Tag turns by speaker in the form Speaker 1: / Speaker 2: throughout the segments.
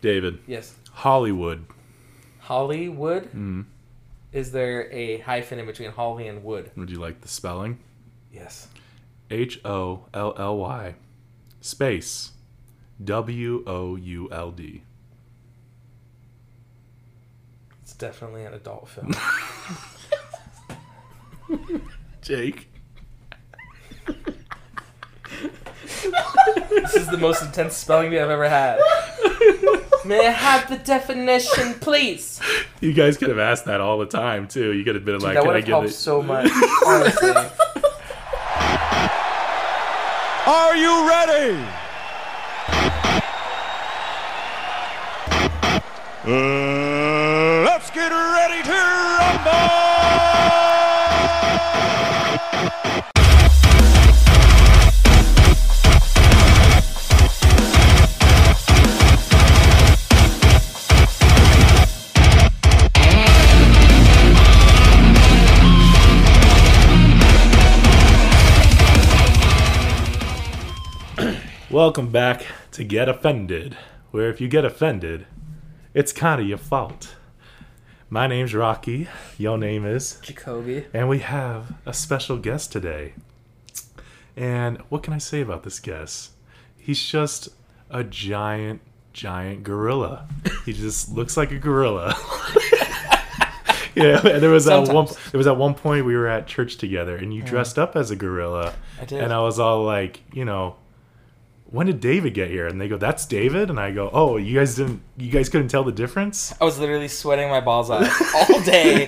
Speaker 1: David,
Speaker 2: Yes.
Speaker 1: Hollywood.
Speaker 2: Hollywood.
Speaker 1: Mm-hmm.
Speaker 2: Is there a hyphen in between Holly and Wood?
Speaker 1: Would you like the spelling?
Speaker 2: Yes.
Speaker 1: H O L L Y space W O U L D.
Speaker 2: It's definitely an adult film.
Speaker 1: Jake.
Speaker 2: this is the most intense spelling bee I've ever had. May I have the definition, please?
Speaker 1: You guys could have asked that all the time too. You could have been like,
Speaker 2: that
Speaker 1: "Can
Speaker 2: would
Speaker 1: I
Speaker 2: have
Speaker 1: get
Speaker 2: helped
Speaker 1: it?"
Speaker 2: so much. Honestly.
Speaker 3: Are you ready? Uh, let's get ready to rumble!
Speaker 1: Welcome back to Get Offended, where if you get offended, it's kind of your fault. My name's Rocky. Your name is,
Speaker 2: Jacoby.
Speaker 1: and we have a special guest today. And what can I say about this guest? He's just a giant, giant gorilla. He just looks like a gorilla. yeah, and there was that one.
Speaker 2: Sometimes.
Speaker 1: There was at one point we were at church together, and you dressed up as a gorilla.
Speaker 2: I did.
Speaker 1: And I was all like, you know, when did David get here? And they go, that's David. And I go, oh, you guys didn't, you guys couldn't tell the difference.
Speaker 2: I was literally sweating my balls off all day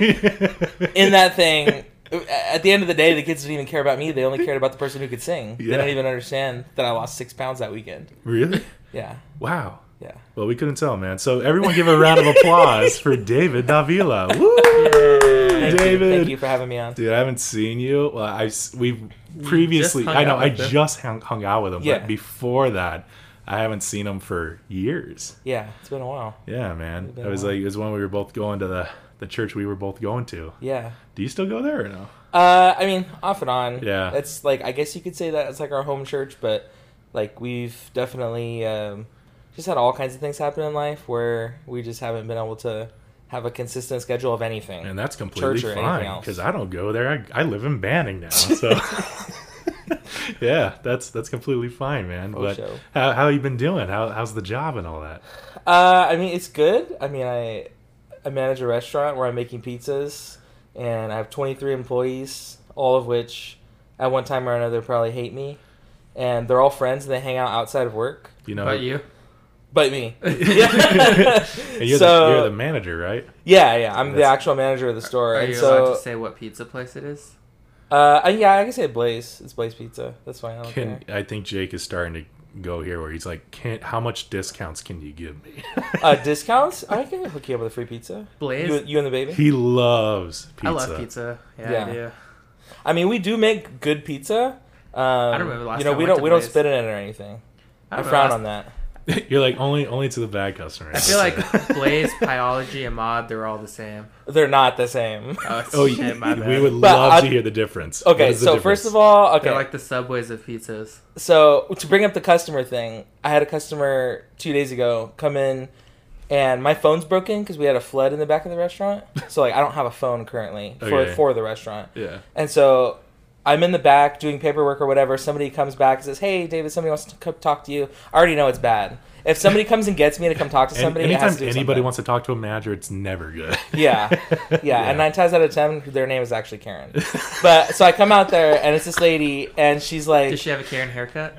Speaker 2: in that thing. At the end of the day, the kids didn't even care about me. They only cared about the person who could sing. They
Speaker 1: Yeah.
Speaker 2: don't even understand that I lost six pounds that weekend.
Speaker 1: really?
Speaker 2: Yeah,
Speaker 1: Wow.
Speaker 2: yeah.
Speaker 1: Well, we couldn't tell, man. So everyone, give a round of applause for David Davila. Woo!
Speaker 2: Thank
Speaker 1: David.
Speaker 2: you, thank you for having me on.
Speaker 1: Dude, I haven't seen you. Well, I s- we've previously.
Speaker 4: hung
Speaker 1: I know.
Speaker 4: out
Speaker 1: I
Speaker 4: with him.
Speaker 1: just hung, hung out with him,
Speaker 2: Yeah.
Speaker 1: but before that, I haven't seen him for years.
Speaker 2: Yeah, it's been a while.
Speaker 1: Yeah, man.
Speaker 2: been
Speaker 1: It
Speaker 2: a
Speaker 1: was
Speaker 2: while.
Speaker 1: like it was when we were both going to the the church we were both going to.
Speaker 2: Yeah.
Speaker 1: Do you still go there or no?
Speaker 2: Uh, I mean, off and on.
Speaker 1: Yeah.
Speaker 2: It's like I guess you could say that it's like our home church, but like we've definitely um, just had all kinds of things happen in life where we just haven't been able to have a consistent schedule of anything.
Speaker 1: And that's completely
Speaker 2: or anything
Speaker 1: fine
Speaker 2: else.
Speaker 1: because I don't go there. I, I live in Banning now, so yeah, that's that's completely fine, man.
Speaker 2: For
Speaker 1: but
Speaker 2: sure.
Speaker 1: how how you been doing? How how's the job and all that?
Speaker 2: Uh, I mean, it's good. I mean, I I manage a restaurant where I'm making pizzas, and I have 23 employees, all of which at one time or another probably hate me, and they're all friends and they hang out outside of work.
Speaker 1: You know,
Speaker 4: About you?
Speaker 2: But me,
Speaker 1: and you're, the,
Speaker 2: So-
Speaker 1: you're the manager, right?
Speaker 2: yeah, yeah, I'm the
Speaker 1: That's-
Speaker 2: actual manager of the store,
Speaker 4: Are
Speaker 2: and
Speaker 4: you
Speaker 2: so
Speaker 4: allowed to say what pizza place it is?
Speaker 2: uh, I- yeah, I can say Blaze. It's Blaze Pizza. That's fine. I don't
Speaker 1: Can
Speaker 2: care.
Speaker 1: I think Jake is starting to go here where he's like, "Can't how much discounts can you give me?"
Speaker 2: Uh, discounts? I can hook you up with a free pizza.
Speaker 4: Blaze.
Speaker 2: You, you and the baby.
Speaker 1: he loves pizza.
Speaker 4: I love pizza. Yeah,
Speaker 2: Yeah.
Speaker 4: I do.
Speaker 2: I mean, we do make good pizza. Um, I
Speaker 4: remember the last
Speaker 2: You know,
Speaker 4: time I
Speaker 2: we
Speaker 4: went
Speaker 2: don't
Speaker 4: to
Speaker 2: we don't
Speaker 4: Blaze.
Speaker 2: spit in it or anything.
Speaker 4: I
Speaker 2: I,
Speaker 4: don't know,
Speaker 2: frown
Speaker 4: last-
Speaker 2: on that.
Speaker 1: You're like only only to the bad customers.
Speaker 4: I feel like Blaze, Pyology, and Mod, they're all the same.
Speaker 2: They're not the same.
Speaker 4: Oh, it's-
Speaker 1: Oh,
Speaker 4: shit,
Speaker 1: you,
Speaker 4: my bad.
Speaker 1: we would
Speaker 2: But
Speaker 1: love to
Speaker 2: I-
Speaker 1: hear the difference. What
Speaker 2: Okay,
Speaker 1: is the
Speaker 2: so
Speaker 1: difference?
Speaker 2: first of all, okay,
Speaker 4: They're like the subways of pizzas.
Speaker 2: so to bring up the customer thing, I had a customer two days ago come in, and my phone's broken because we had a flood in the back of the restaurant. So like, I don't have a phone currently for
Speaker 1: Okay.
Speaker 2: for the restaurant.
Speaker 1: yeah,
Speaker 2: And so I'm in the back doing paperwork or whatever. Somebody comes back and says, "Hey, David, somebody wants to come talk to you." I already know it's bad. If somebody comes and gets me to come talk to
Speaker 1: An-
Speaker 2: somebody, it
Speaker 1: anytime
Speaker 2: has to do
Speaker 1: anybody
Speaker 2: something.
Speaker 1: wants to talk to a manager, it's never good.
Speaker 2: Yeah. yeah,
Speaker 1: Yeah.
Speaker 2: And nine times out of ten, their name is actually Karen. But so I come out there and it's this lady, and she's like,
Speaker 4: Does she have a Karen haircut?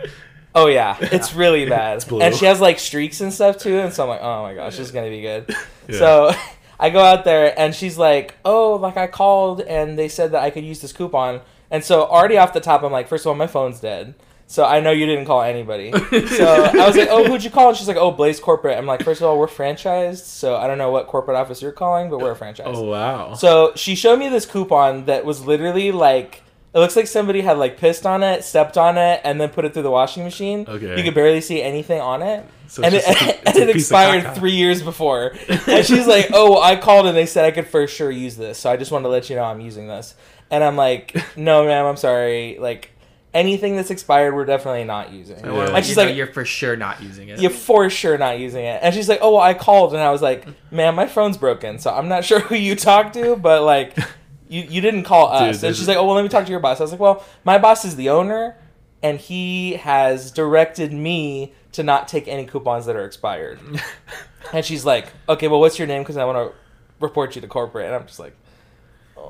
Speaker 2: "Oh yeah, it's really bad."
Speaker 1: blue.
Speaker 2: And she has like streaks and stuff too, and so I'm like, "Oh my gosh, this is gonna be good."
Speaker 1: Yeah.
Speaker 2: So I go out there and she's like, "Oh, like I called and they said that I could use this coupon." And so already off the top, I'm like, first of all, my phone's dead. So I know you didn't call anybody. So I was like, "Oh, who'd you call?" And she's like, "Oh, Blaze Corporate." I'm like, first of all, we're franchised, so I don't know what corporate office you're calling, but we're a franchise.
Speaker 1: oh wow.
Speaker 2: So she showed me this coupon that was literally like it looks like somebody had like pissed on it, stepped on it, and then put it through the washing machine.
Speaker 1: Okay.
Speaker 2: You could barely see anything on it.
Speaker 1: So
Speaker 2: and it,
Speaker 1: it's just a- it's
Speaker 2: and
Speaker 1: a
Speaker 2: it
Speaker 1: piece of
Speaker 2: expired
Speaker 1: caca.
Speaker 2: three years before. And she's like, Oh, I called and they said I could for sure use this, so I just wanted to let you know I'm using this. And I'm like, No ma'am, I'm sorry. Like anything that's expired, we're definitely not using.
Speaker 1: Yeah.
Speaker 4: Or
Speaker 2: And
Speaker 4: like,
Speaker 2: she's
Speaker 4: you know,
Speaker 2: like,
Speaker 4: you're for sure not using it.
Speaker 2: you're for sure not using it. And she's like, oh, well, I called and I was like, man, my phone's broken, so I'm not sure who you talked to, but like, you, you didn't call
Speaker 1: Dude,
Speaker 2: us. and
Speaker 1: there's-
Speaker 2: she's like, oh, well, let me talk to your boss. I was like, well, my boss is the owner, and he has directed me to not take any coupons that are expired. and she's like, okay, well, what's your name? Because I want to report you to corporate. And I'm just like,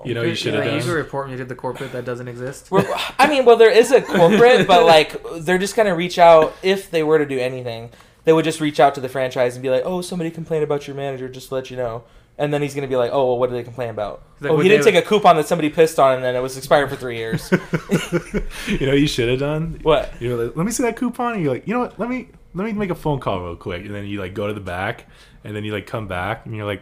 Speaker 1: You know, you should have
Speaker 4: like, You
Speaker 1: done.
Speaker 4: should report me to the corporate that doesn't exist.
Speaker 2: We're- I mean, well, there is a corporate, but like they're just gonna reach out if they were to do anything. They would just reach out to the franchise and be like, "Oh, somebody complained about your manager. Just to let you know." And then he's gonna be like, "Oh, well, what did they complain about?
Speaker 4: Like,
Speaker 2: oh,
Speaker 4: would
Speaker 2: he didn't
Speaker 4: they-
Speaker 2: take a coupon that somebody pissed on, and then it was expired for three years."
Speaker 1: you know, what you should have done.
Speaker 2: What?
Speaker 1: You know, like, let me see that coupon. And you're like, you know what? Let me let me make a phone call real quick, and then you like go to the back, and then you like come back, and you're like,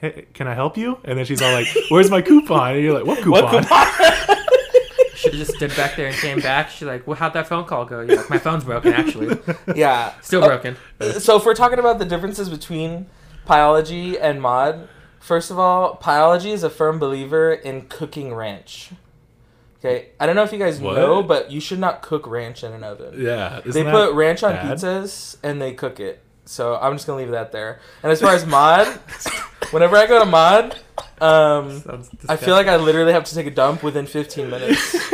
Speaker 1: hey, can I help you? And then she's all like, where's my coupon? And you're like, what coupon?
Speaker 2: what coupon?
Speaker 4: She just stood back there and came back. She's like, well, how'd that phone call go? You're like, my phone's broken, actually.
Speaker 2: yeah,
Speaker 4: Still
Speaker 2: Oh,
Speaker 4: broken.
Speaker 2: so if we're talking about the differences between pyology and mod first of all pyology is a firm believer in cooking ranch okay i don't know if you guys
Speaker 1: What?
Speaker 2: know but you should not cook ranch in an oven
Speaker 1: Yeah.
Speaker 2: they
Speaker 1: isn't that
Speaker 2: put ranch on
Speaker 1: bad?
Speaker 2: pizzas and they cook it so i'm just gonna leave that there and as far as mod whenever i go to mod um,
Speaker 4: Sounds disgusting.
Speaker 2: i feel like i literally have to take a dump within 15 minutes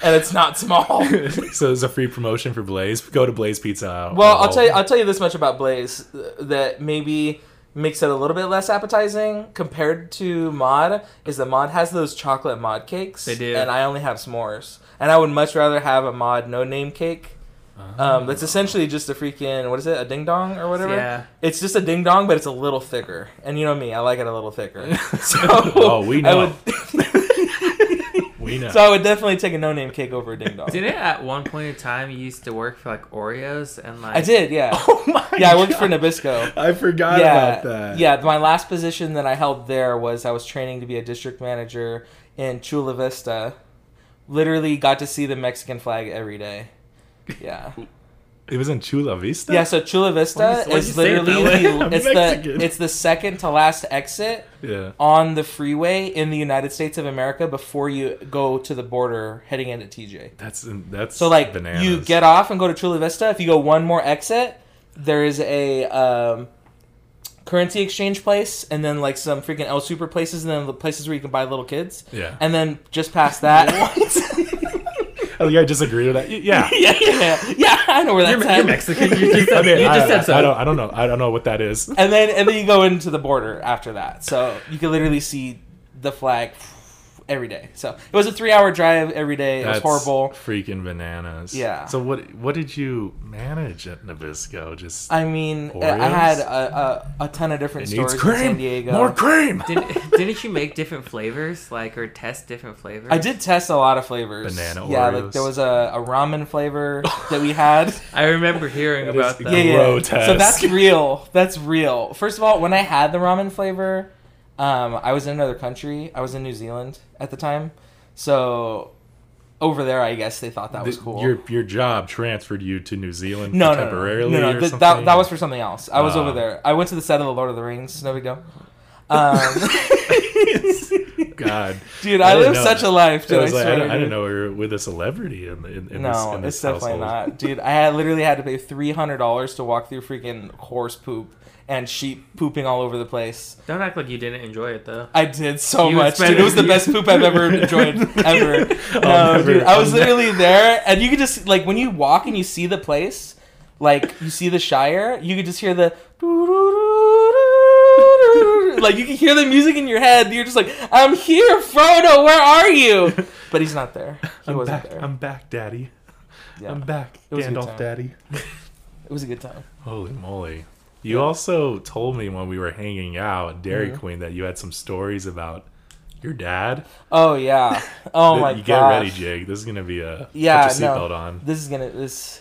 Speaker 2: and it's not small
Speaker 1: so it's a free promotion for Blaze. Go to Blaze Pizza. Oh, Hut.
Speaker 2: Well, I'll tell you. I'll tell you this much about Blaze th- that maybe makes it a little bit less appetizing compared to Mod is that Mod has those chocolate Mod cakes.
Speaker 4: They do.
Speaker 2: and I only have s'mores, and I would much rather have a Mod no name cake.
Speaker 1: Ah.
Speaker 2: Um, that's essentially just a freaking what is it? A ding dong or whatever.
Speaker 4: Yeah.
Speaker 2: It's just a ding dong, but it's a little thicker. And you know me, I like it a little thicker. So
Speaker 1: Oh, we
Speaker 2: I
Speaker 1: know.
Speaker 2: would,
Speaker 1: we know.
Speaker 2: so I would definitely take a no name cake over a ding dong.
Speaker 4: Didn't at one point in time you used to work for like Oreos and like
Speaker 2: I did, yeah.
Speaker 1: oh my.
Speaker 2: yeah, I worked for
Speaker 1: God.
Speaker 2: Nabisco.
Speaker 1: I forgot
Speaker 2: yeah,
Speaker 1: about that.
Speaker 2: Yeah, my last position that I held there was I was training to be a district manager in Chula Vista. Literally got to see the Mexican flag every day. Yeah.
Speaker 1: It was in Chula Vista.
Speaker 2: Yeah, so Chula Vista
Speaker 4: Why'd you- why'd you
Speaker 2: is
Speaker 4: say it
Speaker 2: literally
Speaker 4: that way?
Speaker 2: the,
Speaker 1: I'm
Speaker 2: it's
Speaker 1: Mexican.
Speaker 2: the it's the second to last exit
Speaker 1: Yeah.
Speaker 2: on the freeway in the United States of America before you go to the border heading into TJ.
Speaker 1: That's that's
Speaker 2: So like
Speaker 1: bananas.
Speaker 2: you get off and go to Chula Vista. If you go one more exit, there is a um, currency exchange place, and then like some freaking El Super places, and then the places where you can buy little kids.
Speaker 1: Yeah.
Speaker 2: And then just past that.
Speaker 1: Oh, yeah, I just agreed with that. Y- Yeah.
Speaker 2: yeah, yeah, yeah. I know where that's
Speaker 4: You're,
Speaker 2: at.
Speaker 4: you're Mexican. You just
Speaker 1: I
Speaker 4: said,
Speaker 1: mean,
Speaker 4: you
Speaker 1: I,
Speaker 4: just said so.
Speaker 1: I don't. I don't know. I don't know what that is.
Speaker 2: And then and then you go into the border after that. So you can literally see the flag every day. So it was a three-hour drive every day. It
Speaker 1: That's
Speaker 2: was horrible.
Speaker 1: Freaking bananas.
Speaker 2: Yeah.
Speaker 1: So what? What did you manage at Nabisco? Just
Speaker 2: I mean, I
Speaker 1: Oreos?
Speaker 2: had a, a, a ton of different
Speaker 1: it
Speaker 2: stores
Speaker 1: needs
Speaker 2: in
Speaker 1: cream.
Speaker 2: San Diego.
Speaker 1: More cream.
Speaker 4: Didn't, didn't you make different flavors, like, or test different flavors?
Speaker 2: I did test a lot of flavors.
Speaker 1: Banana
Speaker 2: Yeah,
Speaker 1: Oreos.
Speaker 2: like there was a, a ramen flavor that we had.
Speaker 4: I remember hearing
Speaker 1: That
Speaker 4: about
Speaker 1: is-
Speaker 4: that.
Speaker 2: yeah, yeah.
Speaker 1: Grow
Speaker 2: So
Speaker 1: test.
Speaker 2: that's real. That's real. First of all, when I had the ramen flavor, um, I was in another country. I was in New Zealand at the time, so over there, I guess they thought that was
Speaker 1: Th-
Speaker 2: cool.
Speaker 1: Your your job transferred you to New Zealand
Speaker 2: no, no,
Speaker 1: temporarily.
Speaker 2: no, no, no.
Speaker 1: or
Speaker 2: th-
Speaker 1: something?
Speaker 2: that that was for something else. I was
Speaker 1: Ah.
Speaker 2: over there. I went to the set of the Lord of the Rings. No big deal. Um,
Speaker 1: God,
Speaker 2: dude,
Speaker 1: I
Speaker 2: I,
Speaker 1: didn't
Speaker 2: live
Speaker 1: know
Speaker 2: such
Speaker 1: that.
Speaker 2: a life,
Speaker 1: I
Speaker 2: dude. I,
Speaker 1: was like, I
Speaker 2: swear,
Speaker 1: don't, I didn't
Speaker 2: dude.
Speaker 1: know we were with a celebrity in, the- in, in this.
Speaker 2: No,
Speaker 1: in this
Speaker 2: it's definitely
Speaker 1: household.
Speaker 2: not, dude. I had literally had to pay three hundred dollars to walk through freaking horse poop and sheep pooping all over the place.
Speaker 4: Don't act like you didn't enjoy it though.
Speaker 2: I did so
Speaker 4: You
Speaker 2: much,
Speaker 4: spent-
Speaker 2: dude. It was the best poop I've ever enjoyed ever. No,
Speaker 1: I'll never-
Speaker 2: dude, I was
Speaker 1: I'll
Speaker 2: literally there, and you could just like when you walk and you see the place, like you see the Shire, you could just hear the. Like you can hear the music in your head. You're just like, I'm here, Frodo. Where are you? But he's not there. He
Speaker 1: I'm
Speaker 2: wasn't
Speaker 1: back.
Speaker 2: there.
Speaker 1: I'm back, Daddy.
Speaker 2: Yeah.
Speaker 1: I'm back,
Speaker 2: It was a good
Speaker 1: Gandalf,
Speaker 2: time.
Speaker 1: Daddy.
Speaker 2: It was a good time.
Speaker 1: Holy moly. You also told me when we were hanging out at Dairy Queen that you had some stories about your dad.
Speaker 2: Oh yeah. Oh
Speaker 1: That-
Speaker 2: my
Speaker 1: you
Speaker 2: god.
Speaker 1: get ready, Jake. This is gonna be a
Speaker 2: Yeah,
Speaker 1: put your
Speaker 2: no.
Speaker 1: seatbelt on.
Speaker 2: This is gonna this.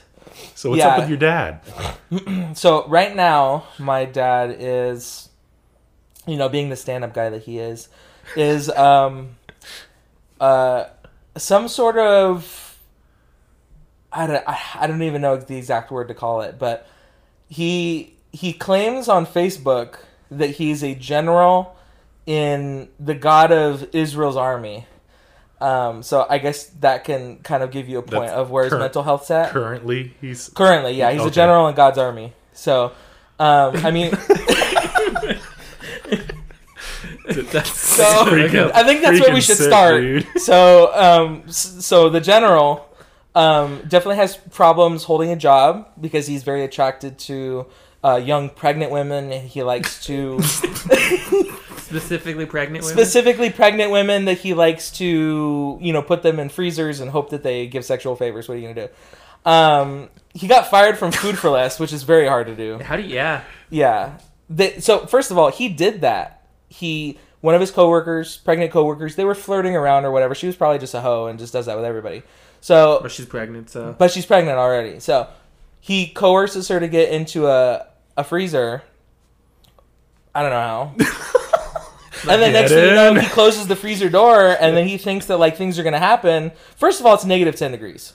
Speaker 1: So what's up
Speaker 2: Yeah.
Speaker 1: with your dad?
Speaker 2: So right now, my dad is, you know, being the stand-up guy that he is, is um, uh, some sort of. I don't. I, I don't even know the exact word to call it, but he he claims on Facebook that he's a general in the God of Israel's army. Um, so I guess that can kind of give you a point
Speaker 1: That's
Speaker 2: of where his
Speaker 1: current-
Speaker 2: mental health's at.
Speaker 1: Currently, he's
Speaker 2: Currently, yeah, he's a
Speaker 1: Okay.
Speaker 2: general in God's army. So, um, I mean,
Speaker 4: That's
Speaker 2: so
Speaker 1: Freak out.
Speaker 2: I think that's where we
Speaker 1: Freaking
Speaker 2: should
Speaker 1: sick,
Speaker 2: start.
Speaker 1: dude.
Speaker 2: So, um, s- so the general um, definitely has problems holding a job because he's very attracted to uh, young pregnant women, and he likes to
Speaker 4: specifically pregnant women.
Speaker 2: specifically pregnant women that he likes to you know put them in freezers and hope that they give sexual favors. What are you gonna do? Um, he got fired from Food for Less, which is very hard to do.
Speaker 4: How do you? Yeah.
Speaker 2: Yeah. The, so first of all, he did that. He one of his coworkers, pregnant coworkers, they were flirting around or whatever. She was probably just a hoe and just does that with everybody. So,
Speaker 4: But she's pregnant, so
Speaker 2: but she's pregnant already. So he coerces her to get into a a freezer. I don't know how. and then next thing you know,
Speaker 1: in.
Speaker 2: he closes the freezer door, and then he thinks that like things are gonna happen. First of all, it's negative ten degrees.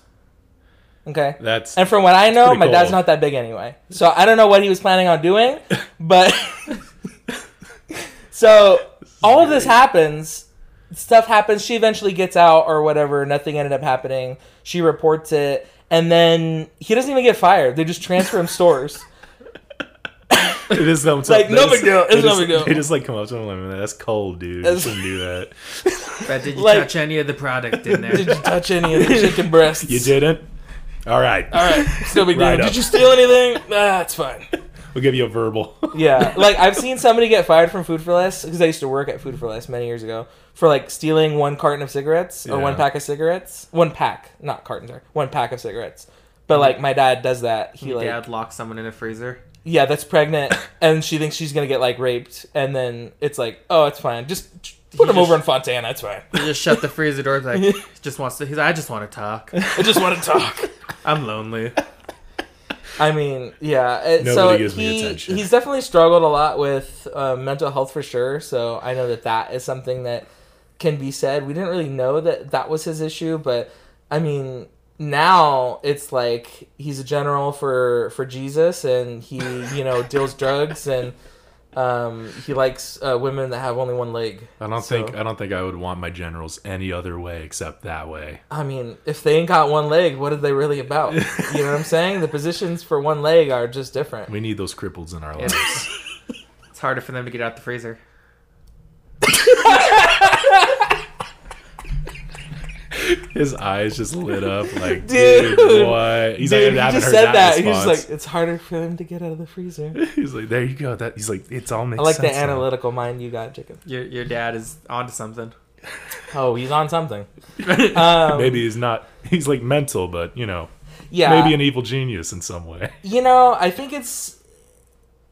Speaker 2: Okay.
Speaker 1: That's
Speaker 2: And from what I know,
Speaker 1: pretty
Speaker 2: my dad's
Speaker 1: cold.
Speaker 2: not that big anyway. So I don't know what he was planning on doing, but so all of this happens. Stuff happens. She eventually gets out or whatever. Nothing ended up happening. She reports it, and then he doesn't even get fired. They just transfer him stores.
Speaker 1: it is them.
Speaker 2: Like, no big deal. It's
Speaker 1: they
Speaker 2: no
Speaker 1: just-
Speaker 2: big deal.
Speaker 1: They just like come up to him and like, that's cold, dude. You
Speaker 2: That's-
Speaker 1: shouldn't do that.
Speaker 4: but did you
Speaker 2: like-
Speaker 4: touch any of the product in
Speaker 2: Did you
Speaker 4: there?
Speaker 2: touch any of the chicken breasts?
Speaker 1: You didn't. All right,
Speaker 2: All right, it's no big deal.
Speaker 1: Right up.
Speaker 2: Did you steal anything? Nah, it's fine.
Speaker 1: we'll give you a verbal.
Speaker 2: Yeah, like I've seen somebody get fired from Food for Less because I used to work at Food for Less many years ago for like stealing one carton of cigarettes or one
Speaker 1: Yeah.
Speaker 2: pack of cigarettes, one pack, not cartons, sorry, one pack of cigarettes. But like my dad does that. He
Speaker 4: Your
Speaker 2: like
Speaker 4: dad locked someone in a freezer.
Speaker 2: yeah, that's pregnant, and she thinks she's gonna get like raped, and then it's like oh, it's fine, just put him
Speaker 4: just-
Speaker 2: over in Fontana, it's fine.
Speaker 4: He just shut the freezer door. Like just wants to. He's. Like, I just want to talk.
Speaker 2: I just want to talk.
Speaker 4: I'm lonely.
Speaker 2: I mean, yeah. It,
Speaker 1: Nobody
Speaker 2: so
Speaker 1: gives me
Speaker 2: he,
Speaker 1: attention.
Speaker 2: he's definitely struggled a lot with uh, mental health for sure. So I know that that is something that can be said. We didn't really know that that was his issue, but I mean, now it's like he's a general for for Jesus, and he you know deals drugs and. Um, he likes uh, women that have only one leg.
Speaker 1: I don't
Speaker 2: So,
Speaker 1: think I don't think I would want my generals any other way except that way.
Speaker 2: I mean, if they ain't got one leg, what are they really about? you know what I'm saying? The positions for one leg are just different.
Speaker 1: We need those cripples in our lives.
Speaker 4: It's, it's harder for them to get out the freezer.
Speaker 1: His eyes just lit up like,
Speaker 2: Dude.
Speaker 1: dude, what? He's like, I
Speaker 2: Dude,
Speaker 1: haven't
Speaker 2: he just
Speaker 1: heard
Speaker 2: said that.
Speaker 1: that.
Speaker 2: He's just
Speaker 1: response."
Speaker 2: like, it's harder for them to get out of the freezer.
Speaker 1: he's like, there you go. That he's like, it's all makes
Speaker 2: I like the
Speaker 1: sense. now."
Speaker 2: analytical mind you got, Jacob.
Speaker 4: Your your dad is onto something.
Speaker 2: Oh, he's on something. Um,
Speaker 1: Maybe he's not. He's like mental, but you know,
Speaker 2: yeah.
Speaker 1: maybe an evil genius in some way.
Speaker 2: you know, I think it's,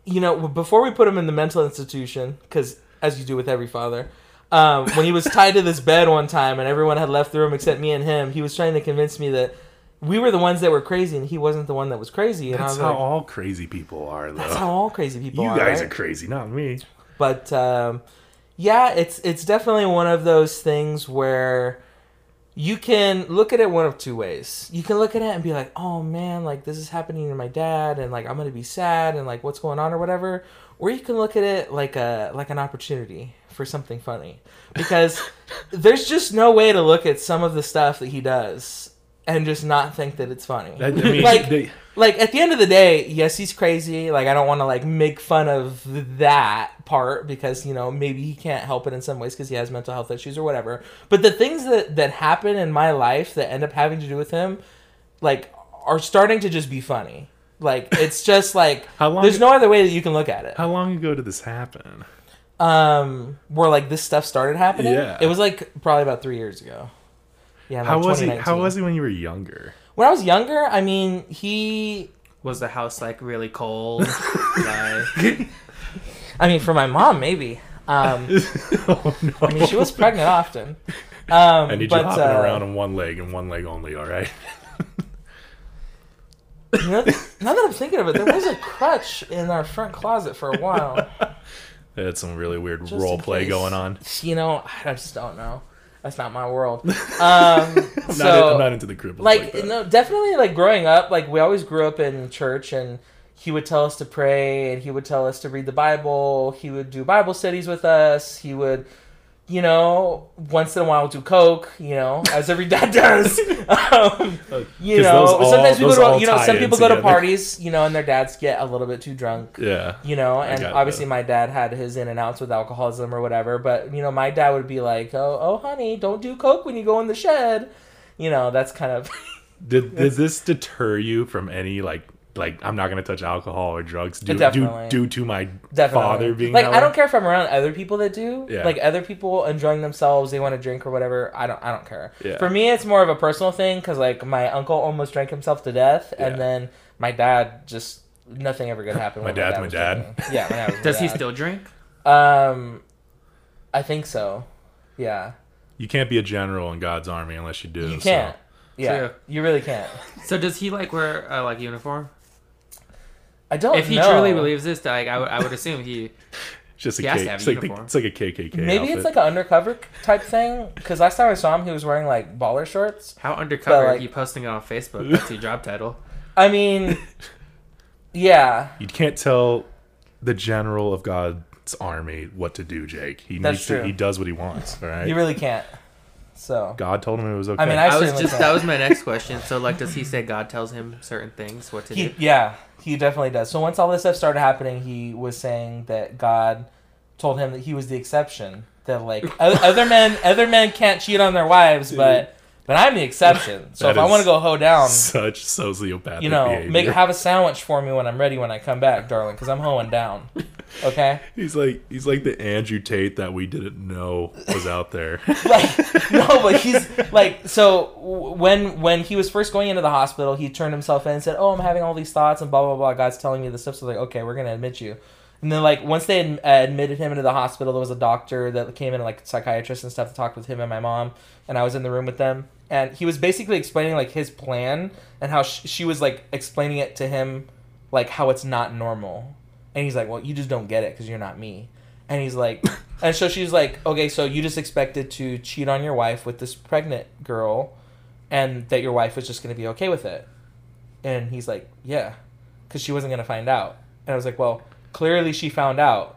Speaker 2: you know, before we put him in the mental institution, because as you do with every father, um, when he was tied to this bed one time and everyone had left the room except me and him, he was trying to convince me that we were the ones that were crazy and he wasn't the one that was crazy. And I
Speaker 1: That's
Speaker 2: was
Speaker 1: how
Speaker 2: like,
Speaker 1: all crazy people are, though.
Speaker 2: that's how all crazy people
Speaker 1: you
Speaker 2: are.
Speaker 1: guys
Speaker 2: right?
Speaker 1: are crazy, not me.
Speaker 2: but um, yeah, it's it's definitely one of those things where you can look at it one of two ways. You can look at it and be like, "Oh man, like this is happening to my dad, and like I'm gonna be sad, and like what's going on or whatever," or you can look at it like a like an opportunity for something funny because there's just no way to look at some of the stuff that he does and just not think that it's funny
Speaker 1: I, I mean,
Speaker 2: Like-
Speaker 1: they-
Speaker 2: like at the end of the day yes he's crazy like i don't want to like make fun of that part because you know maybe he can't help it in some ways because he has mental health issues or whatever but the things that that happen in my life that end up having to do with him like are starting to just be funny like it's just like
Speaker 1: How long-
Speaker 2: there's no other way that you can look at it
Speaker 1: how long ago did this happen?
Speaker 2: um where like this stuff started happening
Speaker 1: Yeah.
Speaker 2: it was like probably about three years ago yeah
Speaker 1: How
Speaker 2: like
Speaker 1: was he? How
Speaker 2: 2019.
Speaker 1: was he when you were younger?
Speaker 2: when i was younger i mean he
Speaker 4: Was the house like really cold? like,
Speaker 2: i mean for my mom maybe um
Speaker 1: oh no!
Speaker 2: I mean, she was pregnant often. Um,
Speaker 1: I need
Speaker 2: but,
Speaker 1: you hopping
Speaker 2: uh,
Speaker 1: around on one leg and one leg only. All right.
Speaker 2: you know, now that I'm thinking of it, there was a crutch in our front closet for a while.
Speaker 1: They had some really weird
Speaker 2: Just
Speaker 1: role
Speaker 2: in
Speaker 1: play
Speaker 2: case.
Speaker 1: going on.
Speaker 2: You know, I just don't know. That's not my world. Um,
Speaker 1: I'm,
Speaker 2: so,
Speaker 1: not, I'm not into the cripple.
Speaker 2: like,
Speaker 1: Like, that.
Speaker 2: no, definitely, like growing up, like we always grew up in church, and he would tell us to pray, and he would tell us to read the Bible. He would do Bible studies with us. He would you know, once in a while do coke, you know, as every dad does. um,
Speaker 1: 'Cause
Speaker 2: you know,
Speaker 1: those all-
Speaker 2: sometimes people
Speaker 1: those
Speaker 2: go,
Speaker 1: all
Speaker 2: you know,
Speaker 1: tie
Speaker 2: some
Speaker 1: in
Speaker 2: people go to
Speaker 1: together.
Speaker 2: parties, you know, and their dads get a little bit too drunk.
Speaker 1: Yeah.
Speaker 2: You know, and
Speaker 1: got
Speaker 2: obviously
Speaker 1: that.
Speaker 2: my dad had his in and outs with alcoholism or whatever, but you know, my dad would be like, "Oh, oh, honey, don't do coke when you go in the shed." You know, that's kind of
Speaker 1: Did, did this deter you from any like like I'm not gonna touch alcohol or drugs due
Speaker 2: Definitely.
Speaker 1: due, due to my
Speaker 2: Definitely.
Speaker 1: father being
Speaker 2: like
Speaker 1: that
Speaker 2: I don't
Speaker 1: way?
Speaker 2: care if I'm around other people that do.
Speaker 1: Yeah.
Speaker 2: Like other people enjoying themselves, they want to drink or whatever. I don't I don't care.
Speaker 1: Yeah.
Speaker 2: For me it's more of a personal thing cuz like my uncle almost drank himself to death and
Speaker 1: Yeah.
Speaker 2: then my dad just nothing ever good happened
Speaker 1: My
Speaker 2: when
Speaker 1: dad's my
Speaker 2: was
Speaker 1: dad.
Speaker 2: drinking. Yeah, my dad was my
Speaker 4: Does he
Speaker 2: dad.
Speaker 4: still drink?
Speaker 2: Um I think so. Yeah.
Speaker 1: You can't be a general in God's army unless you do.
Speaker 2: You
Speaker 1: so-
Speaker 2: can't. Yeah.
Speaker 4: True.
Speaker 2: You really can't.
Speaker 4: So does he like wear a like uniform?
Speaker 2: I don't
Speaker 4: if he
Speaker 2: know.
Speaker 4: truly believes this, like I would, I would assume he.
Speaker 1: It's just a
Speaker 4: He has
Speaker 1: K-
Speaker 4: to have
Speaker 1: it's,
Speaker 4: a
Speaker 1: like the,
Speaker 4: uniform.
Speaker 1: it's like a KKK.
Speaker 2: Maybe
Speaker 1: outfit.
Speaker 2: it's like an undercover type thing cuz last time I saw him he was wearing like baller shorts.
Speaker 4: How undercover
Speaker 2: But, like-
Speaker 4: are you posting it on Facebook? That's your job title.
Speaker 2: I mean yeah.
Speaker 1: you can't tell the general of God's army what to do, Jake. He
Speaker 2: That's
Speaker 1: needs to.
Speaker 2: true.
Speaker 1: He does what he wants. All right.
Speaker 2: You really can't. So
Speaker 1: God told him it was okay.
Speaker 2: I mean, I
Speaker 4: I was
Speaker 2: certainly
Speaker 4: just
Speaker 2: can't.
Speaker 4: that was my next question. So like, does he say God tells him certain things what to do?
Speaker 2: he, yeah, he definitely does. So once all this stuff started happening, he was saying that God told him that he was the exception. That like o- other men, other men can't cheat on their wives, but but I'm the exception. So
Speaker 1: That
Speaker 2: if I
Speaker 1: is
Speaker 2: want to go hoe down,
Speaker 1: such sociopathic
Speaker 2: Um, you know,
Speaker 1: behavior.
Speaker 2: make have a sandwich for me when I'm ready when I come back, darling, because I'm hoeing down. Okay.
Speaker 1: he's like he's like the Andrew Tate that we didn't know was out there.
Speaker 2: like no but he's like so w- when when he was first going into the hospital he turned himself in and said oh i'm having all these thoughts and blah blah blah god's telling me this stuff so like okay we're gonna admit you and then like once they ad- uh, admitted him into the hospital there was a doctor that came in like psychiatrist and stuff to talk with him and my mom and i was in the room with them and he was basically explaining like his plan and how sh- she was like explaining it to him like how it's not normal and he's like well you just don't get it because you're not me and he's like and so she's like okay so you just expected to cheat on your wife with this pregnant girl and that your wife was just going to be okay with it and he's like yeah because she wasn't going to find out and i was like well clearly she found out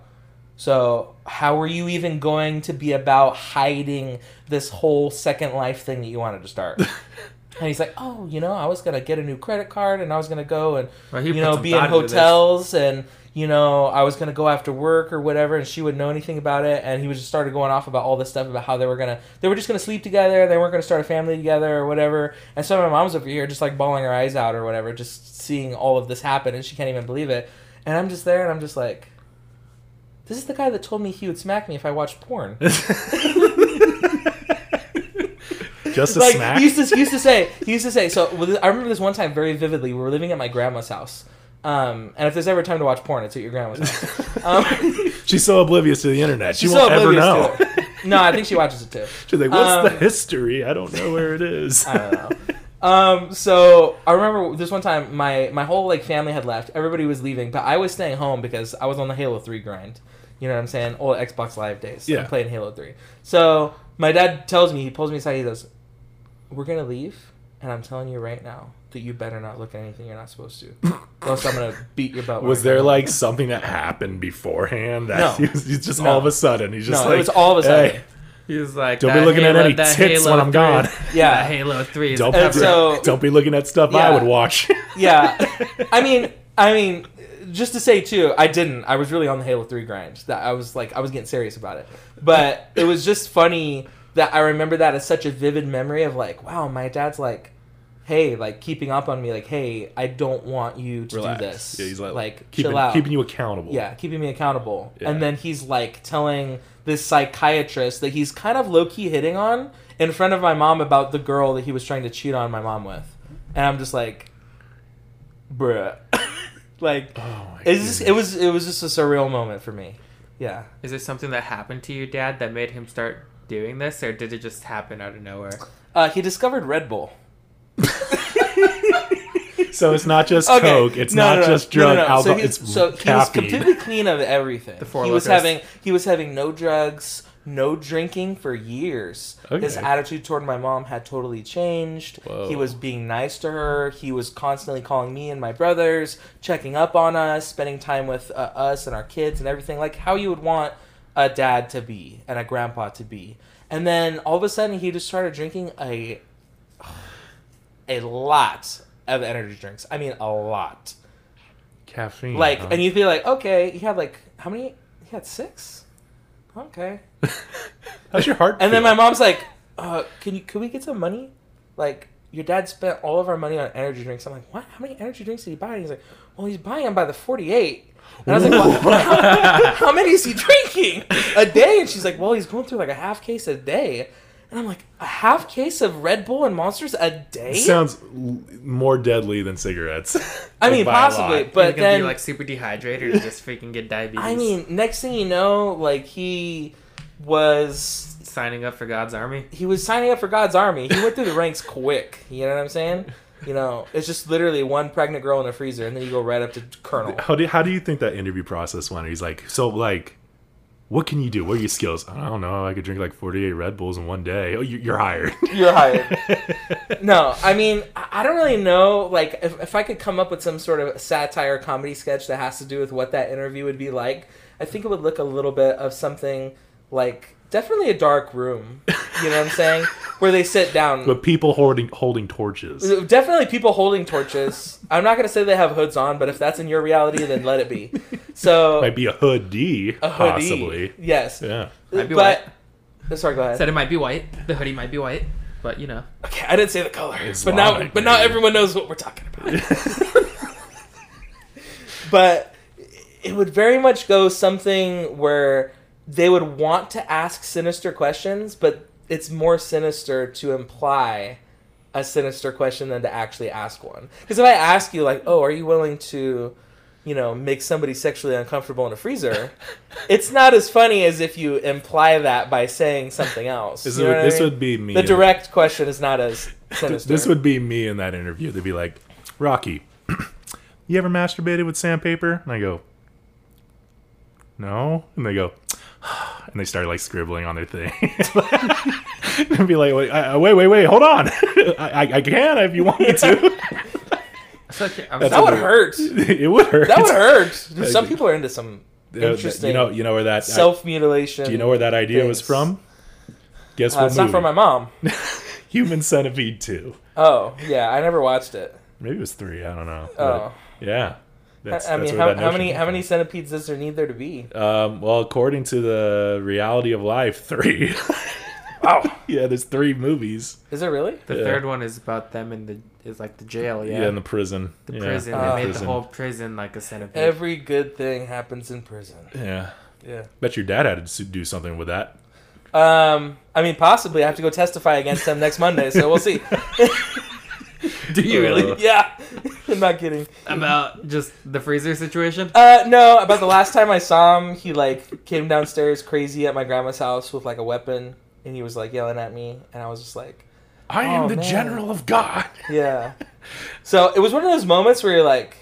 Speaker 2: so how are you even going to be about hiding this whole second life thing that you wanted to start and he's like oh you know i was going to get a new credit card and i was going to go and
Speaker 4: Well, he
Speaker 2: you
Speaker 4: put
Speaker 2: know,
Speaker 4: some
Speaker 2: be in
Speaker 4: thought into this.
Speaker 2: hotels and you know, I was gonna go after work or whatever, and she wouldn't know anything about it, and he was just started going off about all this stuff about how they were gonna, they were just gonna sleep together, they weren't gonna start a family together or whatever, and so my mom's over here just like bawling her eyes out or whatever, just seeing all of this happen, and she can't even believe it, and I'm just there, and I'm just like, this is the guy that told me he would smack me if I watched porn.
Speaker 1: Just a
Speaker 2: like
Speaker 1: smack.
Speaker 2: he used to he used to say he used to say so well, th- i remember this one time very vividly we were living at my grandma's house um, and if there's ever time to watch porn it's at your grandma's house um,
Speaker 1: She's so oblivious to the internet. She
Speaker 2: she's
Speaker 1: won't ever
Speaker 2: oblivious
Speaker 1: know.
Speaker 2: to it. no i think she watches it too
Speaker 1: She's like, what's
Speaker 2: Um,
Speaker 1: the history? I don't know where it is.
Speaker 2: I don't know. Um, so I remember this one time my my whole like family had left. Everybody was leaving, but I was staying home because I was on the Halo Three grind. You know what I'm saying? Old Xbox Live days.
Speaker 1: Yeah.
Speaker 2: I'm playing Halo Three. So my dad tells me he pulls me aside. He goes, "We're gonna leave, and I'm telling you right now that you better not look at anything you're not supposed to, else I'm gonna beat your butt." when
Speaker 1: Was
Speaker 2: I
Speaker 1: there
Speaker 2: come home."
Speaker 1: like something that happened beforehand that
Speaker 2: No.
Speaker 1: he was, he's just
Speaker 2: No.
Speaker 1: all of a sudden he's just
Speaker 2: No,
Speaker 1: like
Speaker 2: it was all of a sudden.
Speaker 1: "Hey,
Speaker 4: He was like,
Speaker 1: don't
Speaker 4: that
Speaker 1: be looking at
Speaker 4: Halo-
Speaker 1: any
Speaker 4: that
Speaker 1: tits when I'm
Speaker 4: 3
Speaker 1: gone.
Speaker 4: That
Speaker 2: yeah,
Speaker 4: Halo Three is
Speaker 1: Don't
Speaker 2: And
Speaker 1: be,
Speaker 2: so-
Speaker 1: don't be looking at stuff I
Speaker 2: Yeah.
Speaker 1: would watch.
Speaker 2: yeah. I mean, I mean, just to say too, I didn't. I was really on the Halo Three grind. That I was like, I was getting serious about it. But it was just funny that I remember that as such a vivid memory of like, wow, my dad's like, hey, like keeping up on me, like, hey, I don't want you to
Speaker 1: Relax.
Speaker 2: do this.
Speaker 1: Yeah, he's like,
Speaker 2: like
Speaker 1: keeping,
Speaker 2: chill out.
Speaker 1: keeping you accountable.
Speaker 2: Yeah, keeping me accountable.
Speaker 1: Yeah.
Speaker 2: And then he's like telling this psychiatrist that he's kind of low key hitting on in front of my mom about the girl that he was trying to cheat on my mom with. And I'm just like, bruh. like,
Speaker 1: Oh my
Speaker 2: it's just,
Speaker 1: goodness.
Speaker 2: it was it was just a surreal moment for me. Yeah.
Speaker 4: Is there something that happened to your dad that made him start doing this, or did it just happen out of nowhere?
Speaker 2: Uh, he discovered Red Bull.
Speaker 1: so it's not just
Speaker 2: Okay.
Speaker 1: coke. It's
Speaker 2: No,
Speaker 1: not
Speaker 2: no, no.
Speaker 1: just
Speaker 2: No, no,
Speaker 1: drug
Speaker 2: no.
Speaker 1: alcohol.
Speaker 2: So he,
Speaker 1: it's
Speaker 2: so he was
Speaker 1: caffeine.
Speaker 2: completely clean of everything.
Speaker 4: four
Speaker 2: he was
Speaker 4: locos.
Speaker 2: having he was having no drugs, no drinking for years. His
Speaker 1: Okay.
Speaker 2: attitude toward my mom had totally changed.
Speaker 1: Whoa.
Speaker 2: He was being nice to her. He was constantly calling me and my brothers, checking up on us, spending time with uh, us and our kids and everything like how you would want a dad to be and a grandpa to be. And then all of a sudden he just started drinking a a lot of energy drinks. I mean a lot.
Speaker 1: Caffeine.
Speaker 2: Like
Speaker 1: huh?
Speaker 2: and you'd be like, okay, he had like how many he had six? Okay.
Speaker 1: How's your heart?
Speaker 2: And then my
Speaker 1: feel?
Speaker 2: mom's like, uh, can you can we get some money? Like your dad spent all of our money on energy drinks. I'm like, what? How many energy drinks did he buy? And he's like, well, he's buying them by the 48. And I was like, well, how, how many is he drinking a day? And she's like, well, he's going through like a half case a day. And I'm like, a half case of Red Bull and Monsters a day?
Speaker 1: sounds l- more deadly than cigarettes.
Speaker 2: I
Speaker 1: Like,
Speaker 2: mean,
Speaker 1: by a lot.
Speaker 2: possibly,
Speaker 4: You're
Speaker 2: but
Speaker 4: gonna
Speaker 2: then
Speaker 4: be like super dehydrated and just freaking get diabetes.
Speaker 2: I mean, next thing you know, like he was
Speaker 4: signing up for God's army.
Speaker 2: he was signing up for God's army. He went through the ranks quick. You know what I'm saying? You know, it's just literally one pregnant girl in a freezer, and then you go right up to colonel.
Speaker 1: How do how do you think that interview process went? He's like, so like, what can you do? What are your skills? I don't know. I could drink like forty eight Red Bulls in one day. Oh, you, you're hired.
Speaker 2: You're hired. No, I mean, I I don't really know. Like, if, if I could come up with some sort of satire comedy sketch that has to do with what that interview would be like, I think it would look a little bit of something like definitely a dark room. You know what I'm saying? Where they sit down.
Speaker 1: but people holding holding torches.
Speaker 2: Definitely people holding torches. I'm not going to say they have hoods on, but if that's in your reality, then let it be. So
Speaker 1: Might be a hoodie,
Speaker 2: a hoodie.
Speaker 1: possibly.
Speaker 2: Yes.
Speaker 1: Yeah.
Speaker 4: Might be
Speaker 2: but sorry, go ahead.
Speaker 4: Said it might be white. The hoodie might be white, but you know.
Speaker 2: okay, I didn't say the color, but now
Speaker 1: Islamic,
Speaker 2: but now
Speaker 1: maybe.
Speaker 2: everyone knows what we're talking about. but it would very much go something where they would want to ask sinister questions, but it's more sinister to imply a sinister question than to actually ask one. Because if I ask you like, "Oh, are you willing to?" You know, make somebody sexually uncomfortable in a freezer. it's not as funny as if you imply that by saying something else.
Speaker 1: This,
Speaker 2: You know
Speaker 1: would,
Speaker 2: what I
Speaker 1: this
Speaker 2: mean?
Speaker 1: would be me.
Speaker 2: The
Speaker 1: in-
Speaker 2: direct question is not as sinister.
Speaker 1: This would be me in that interview. They'd be like, Rocky, you ever masturbated with sandpaper? And I go, No. And they go, and they start like scribbling on their thing. and be like, wait, I- I- wait, wait, wait, hold on. I, I, I can if you want me to.
Speaker 4: It's like, I'm
Speaker 1: That's
Speaker 2: that
Speaker 4: so-
Speaker 2: would hurt.
Speaker 1: it would hurt.
Speaker 2: That would hurt. Some
Speaker 1: Exactly.
Speaker 2: people are into some
Speaker 1: Uh,
Speaker 2: interesting
Speaker 1: You know, you know where that.
Speaker 2: self mutilation.
Speaker 1: do you know where that idea was from? Guess what
Speaker 2: Uh, it's not
Speaker 1: movie?
Speaker 2: from my mom.
Speaker 1: Human Centipede Two.
Speaker 2: Oh yeah, I never watched it.
Speaker 1: Maybe it was three. I don't know.
Speaker 2: Oh,
Speaker 1: But, yeah. That's,
Speaker 2: I
Speaker 1: that's
Speaker 2: mean,
Speaker 1: where
Speaker 2: how,
Speaker 1: that
Speaker 2: how
Speaker 1: notion
Speaker 2: many
Speaker 1: came
Speaker 2: how
Speaker 1: from.
Speaker 2: many centipedes does there need there to be?
Speaker 1: Um, well, according to the reality of life, three.
Speaker 2: Wow,
Speaker 1: yeah, there's three movies.
Speaker 2: is it really?
Speaker 4: the
Speaker 1: Yeah.
Speaker 4: third one is about them in the is like the jail.
Speaker 1: Yeah,
Speaker 4: Yeah,
Speaker 1: in the prison.
Speaker 4: the
Speaker 1: yeah,
Speaker 4: prison.
Speaker 2: Uh,
Speaker 4: they made
Speaker 1: prison.
Speaker 4: the whole prison like a centipede.
Speaker 2: Every good thing happens in prison.
Speaker 1: Yeah.
Speaker 2: Yeah.
Speaker 1: Bet your dad had to do something with that.
Speaker 2: Um, I mean, possibly I have to go testify against him next Monday, so we'll see.
Speaker 4: Do you
Speaker 1: really?
Speaker 2: yeah, I'm not kidding.
Speaker 4: about just the freezer situation?
Speaker 2: Uh, no. About the last time I saw him, he like came downstairs crazy at my grandma's house with like a weapon, and he was like yelling at me, and I was just like,
Speaker 1: I am
Speaker 2: Oh,
Speaker 1: the
Speaker 2: man.
Speaker 1: general of God.
Speaker 2: yeah. So it was one of those moments where you're like,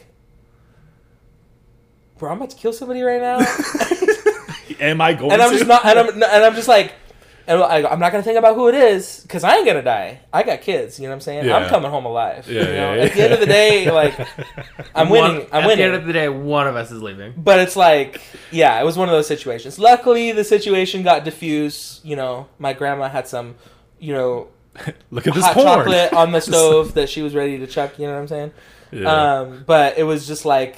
Speaker 2: bro, I'm about to kill somebody right now,
Speaker 1: Am I going
Speaker 2: and I'm
Speaker 1: to?
Speaker 2: just not, and I'm and I'm just like. And I- I'm not gonna think about who it is because I ain't gonna die. I got kids, you know what I'm saying. I'm
Speaker 1: Yeah.
Speaker 2: coming home alive.
Speaker 1: Yeah,
Speaker 2: you know?
Speaker 1: yeah, yeah.
Speaker 2: At the end of the day, like I'm
Speaker 4: One-
Speaker 2: winning. I'm
Speaker 4: at
Speaker 2: winning.
Speaker 4: the end of the day, one of us is leaving.
Speaker 2: But it's like, yeah, it was one of those situations. Luckily, the situation got diffused. You know, my grandma had some, you know,
Speaker 1: Look at this
Speaker 2: hot
Speaker 1: porn.
Speaker 2: chocolate on the stove that she was ready to chuck. You know what I'm saying?
Speaker 1: Yeah.
Speaker 2: Um, but it was just like,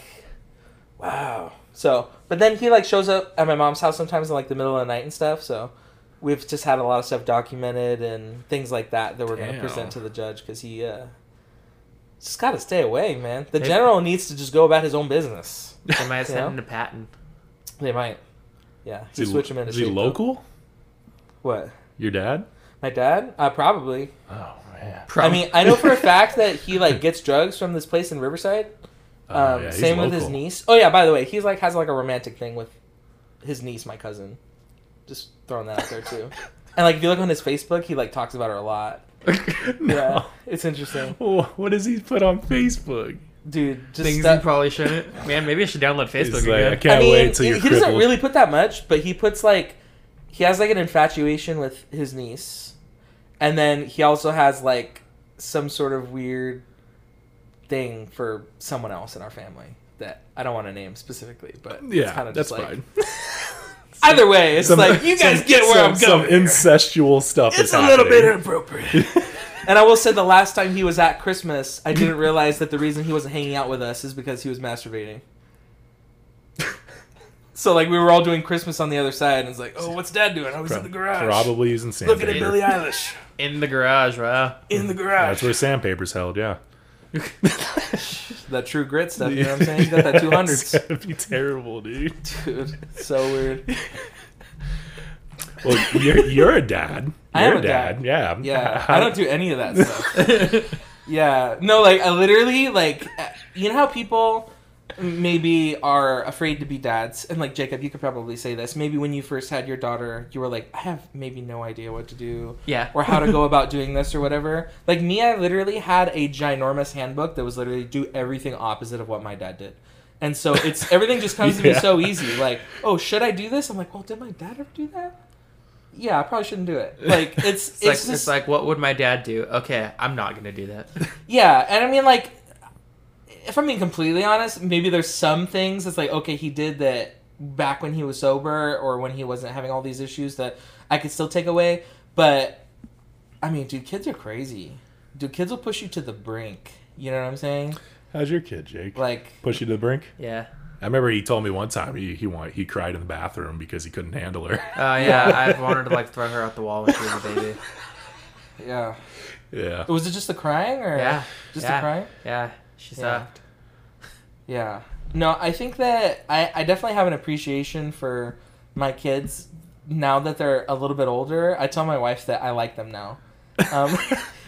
Speaker 2: wow. So, but then he like shows up at my mom's house sometimes in like the middle of the night and stuff. So, we've just had a lot of stuff documented and things like that that we're going to
Speaker 1: Damn.
Speaker 2: present to the judge because he uh, just got to stay away, man. The
Speaker 4: Hey.
Speaker 2: general needs to just go about his own business.
Speaker 4: They might have
Speaker 2: Yeah.
Speaker 4: sent him to Patton.
Speaker 2: They might. Yeah,
Speaker 1: is
Speaker 2: just
Speaker 1: he,
Speaker 2: switch him into.
Speaker 1: is he
Speaker 2: shape, though.
Speaker 1: local?
Speaker 2: What?
Speaker 1: Your dad?
Speaker 2: My dad? Uh, probably.
Speaker 1: Oh man.
Speaker 2: I mean, I know for a fact that he like gets drugs from this place in Riverside. Um,
Speaker 1: Oh, yeah, he's
Speaker 2: same with his
Speaker 1: local.
Speaker 2: niece. Oh yeah, by the way, he's like has like a romantic thing with his niece, my cousin. Just throwing that out there too. and like if you look on his Facebook, he like talks about her a lot.
Speaker 1: no.
Speaker 2: Yeah, it's interesting,
Speaker 1: Oh, what does he put on Facebook?
Speaker 2: dude. Just
Speaker 4: Things
Speaker 2: that-
Speaker 4: you probably shouldn't. Man, maybe I should download Facebook
Speaker 1: He's like, I
Speaker 4: again.
Speaker 1: can't
Speaker 2: I mean,
Speaker 1: wait till
Speaker 2: he,
Speaker 1: you're
Speaker 2: he doesn't
Speaker 1: crippled.
Speaker 2: really put that much, but he puts like he has like an infatuation with his niece, and then he also has like some sort of weird thing for someone else in our family that I don't want to name specifically, but it's
Speaker 1: yeah,
Speaker 2: kinda
Speaker 1: that's
Speaker 2: just, like,
Speaker 1: fine.
Speaker 2: Either way, it's like you guys
Speaker 1: some-
Speaker 2: get where
Speaker 1: some,
Speaker 2: I'm going.
Speaker 1: Some incestual stuff.
Speaker 2: it's
Speaker 1: is
Speaker 2: a little bit
Speaker 1: happening.
Speaker 2: inappropriate. and I will say, the last time he was at Christmas, I didn't realize that the reason he wasn't hanging out with us is because he was masturbating. so like we were all doing Christmas on the other side, and it's like, oh, what's Dad doing? Oh, he's in the garage.
Speaker 1: Probably using
Speaker 2: Looking
Speaker 1: sandpaper.
Speaker 2: at Billie Eilish
Speaker 4: in the garage, wow.
Speaker 2: in the garage.
Speaker 1: That's where sandpaper's held. Yeah.
Speaker 2: that true grit stuff. You know what I'm saying? You got that 200s,
Speaker 1: It's gonna be terrible, dude.
Speaker 2: dude. It's so weird.
Speaker 1: Well, you're, you're a dad. You're
Speaker 2: I am a dad.
Speaker 1: Yeah.
Speaker 2: Yeah,
Speaker 1: How-
Speaker 2: I don't do any of that stuff. yeah, no, like I literally like uh, you know how people maybe are afraid to be dads, and like Jacob, you could probably say this. Maybe when you first had your daughter, you were like, I have maybe no idea what to do.
Speaker 4: Yeah.
Speaker 2: or how to go about doing this or whatever. Like me, I literally had a ginormous handbook that was literally do everything opposite of what my dad did. And so it's everything just comes to me
Speaker 1: Yeah.
Speaker 2: so easy. Like, oh, should I do this? I'm like, well, did my dad ever do that? Yeah, I probably shouldn't do it. Like, it's it's,
Speaker 4: It's, like,
Speaker 2: just
Speaker 4: it's like, what would my dad do? Okay, I'm not gonna do that.
Speaker 2: yeah, and I mean, like, if I'm being completely honest, maybe there's some things that's like, okay, he did that back when he was sober or when he wasn't having all these issues that I could still take away. But, I mean, dude, kids are crazy. Dude, kids will push you to the brink. You know what I'm saying?
Speaker 1: How's your kid, Jake?
Speaker 2: Like,
Speaker 1: Push you to the brink.
Speaker 4: Yeah.
Speaker 1: I remember he told me one time he he want, he cried in the bathroom because he couldn't handle her.
Speaker 4: Uh, yeah, I wanted to like throw her out the wall when she was a baby.
Speaker 2: yeah.
Speaker 1: yeah.
Speaker 2: Was it just the crying or?
Speaker 4: Yeah.
Speaker 2: Just
Speaker 4: yeah,
Speaker 2: the crying?
Speaker 4: Yeah. She
Speaker 2: Yeah.
Speaker 4: sucked.
Speaker 2: Yeah. No, I think that I, I definitely have an appreciation for my kids now that they're a little bit older. I tell my wife that I like them now. Um,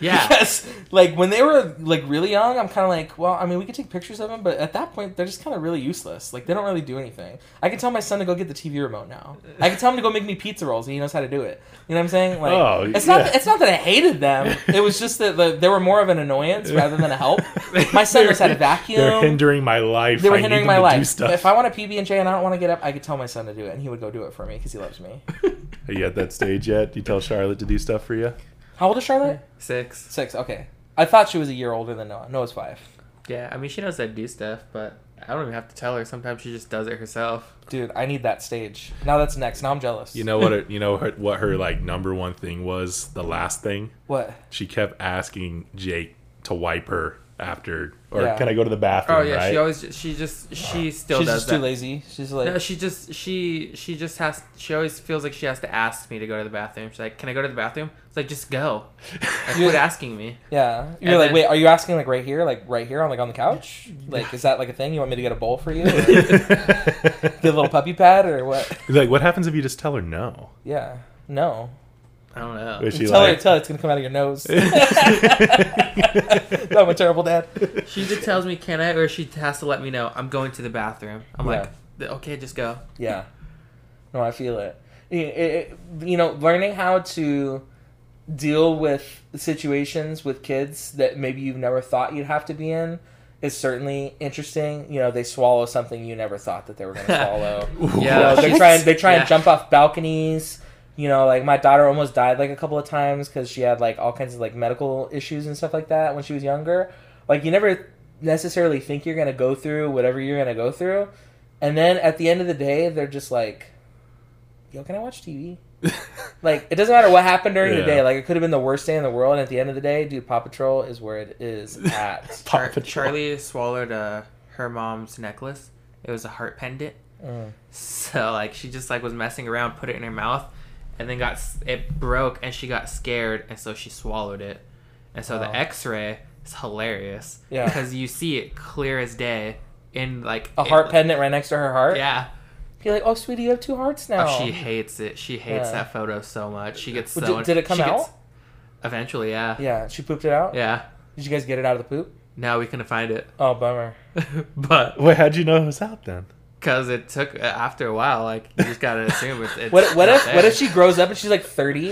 Speaker 4: Yeah.
Speaker 2: Because, like, when they were, like, really young, I'm kind of like, well, I mean, we could take pictures of them, but at that point, they're just kind of really useless. Like, they don't really do anything. I can tell my son to go get the TV remote now. I can tell him to go make me pizza rolls, and he knows how to do it. You know what I'm saying? Like,
Speaker 1: Oh,
Speaker 2: it's not
Speaker 1: yeah.
Speaker 2: it's not that I hated them. It was just that like, they were more of an annoyance rather than a help. My son knows how to vacuum
Speaker 1: They're hindering my life.
Speaker 2: um, they were
Speaker 1: I need
Speaker 2: hindering
Speaker 1: them
Speaker 2: my
Speaker 1: to do
Speaker 2: life.
Speaker 1: stuff.
Speaker 2: If I want a PB and J and I don't want to get up, I could tell my son to do it, and he would go do it for me because he loves me.
Speaker 1: Are you at that stage yet? You tell Charlotte to do stuff for you?
Speaker 2: How old is Charlotte?
Speaker 4: Six.
Speaker 2: Six. Okay, I thought she was a year older than Noah. Noah's five.
Speaker 4: Yeah, I mean she knows I do stuff, but I don't even have to tell her. Sometimes she just does it herself.
Speaker 2: Dude, I need that stage. Now that's next. Now I'm jealous.
Speaker 1: You know what? Her, you know her, what her like number one thing was. The last thing
Speaker 2: what?
Speaker 1: she kept asking Jake to wipe her after, or
Speaker 2: Yeah.
Speaker 1: can I go to the bathroom?
Speaker 4: Oh yeah,
Speaker 1: right?
Speaker 4: she always she just she still
Speaker 2: She's
Speaker 4: does
Speaker 2: just
Speaker 4: that.
Speaker 2: too lazy. She's like,
Speaker 4: No, she just she she just has she always feels like she has to ask me to go to the bathroom. She's like, "Can I go to the bathroom?" It's like, "Just go." Like, quit asking me.
Speaker 2: yeah. You're
Speaker 4: and
Speaker 2: like,
Speaker 4: then-
Speaker 2: wait, are you asking like right here, like right here on like on the couch? Like, is that like a thing? You want me to get a bowl for you? Get a little puppy pad or what?
Speaker 1: like, what happens if you just tell her no?
Speaker 2: Yeah. No.
Speaker 4: I don't know.
Speaker 1: Was she
Speaker 2: tell her,
Speaker 1: like,
Speaker 2: tell her it's gonna come out of your nose. I'm a terrible dad.
Speaker 4: She either tells me, "Can I?" or she has to let me know I'm going to the bathroom. I'm
Speaker 2: Yeah.
Speaker 4: like, "Th- "Okay, just go."
Speaker 2: Yeah. No, I feel it. I- I- I- You know, learning how to deal with situations with kids that maybe you've never thought you'd have to be in is certainly interesting. You know, they swallow something you never thought that they were going to swallow. You know,
Speaker 4: Yeah,
Speaker 2: they try and they try
Speaker 4: Yeah.
Speaker 2: and jump off balconies. You know, like my daughter almost died like a couple of times because she had like all kinds of like medical issues and stuff like that when she was younger. Like you never necessarily think you're gonna go through whatever you're gonna go through, and then at the end of the day, they're just like, "Yo, can I watch TV?" like it doesn't matter what happened during the
Speaker 1: Yeah.
Speaker 2: day. Like it could have been the worst day in the world, and at the end of the day, dude, Paw Patrol is where it is at.
Speaker 1: Paw
Speaker 4: Char-
Speaker 1: Patrol.
Speaker 4: Charlie swallowed uh, her mom's necklace. It was a heart pendant. Mm. So like she just like was messing around, put it in her mouth, and then got s- it broke, and she got scared, and so she swallowed it. And so
Speaker 2: Wow.
Speaker 4: the X-ray is hilarious.
Speaker 2: Oh. Yeah.
Speaker 4: Because you see it clear as day in like
Speaker 2: a
Speaker 4: it-
Speaker 2: heart pendant right next to her heart.
Speaker 4: Yeah.
Speaker 2: You're like, "Oh, sweetie, you have two hearts now."
Speaker 4: Oh, she hates it. She hates
Speaker 2: Yeah.
Speaker 4: that photo so much. She gets
Speaker 2: Well,
Speaker 4: so.
Speaker 2: did- did it come
Speaker 4: she gets-
Speaker 2: out?
Speaker 4: Eventually, yeah. yeah.
Speaker 2: Yeah, she pooped it out. Did you guys get it out of the poop?
Speaker 4: Now we couldn't find it,
Speaker 2: Oh, bummer.
Speaker 4: but
Speaker 1: Wait, how'd you know it was out then?
Speaker 4: because it took after a while, like you just gotta assume it's. it's
Speaker 2: What, what
Speaker 4: not
Speaker 2: if what
Speaker 4: there.
Speaker 2: if she grows up and she's like thirty,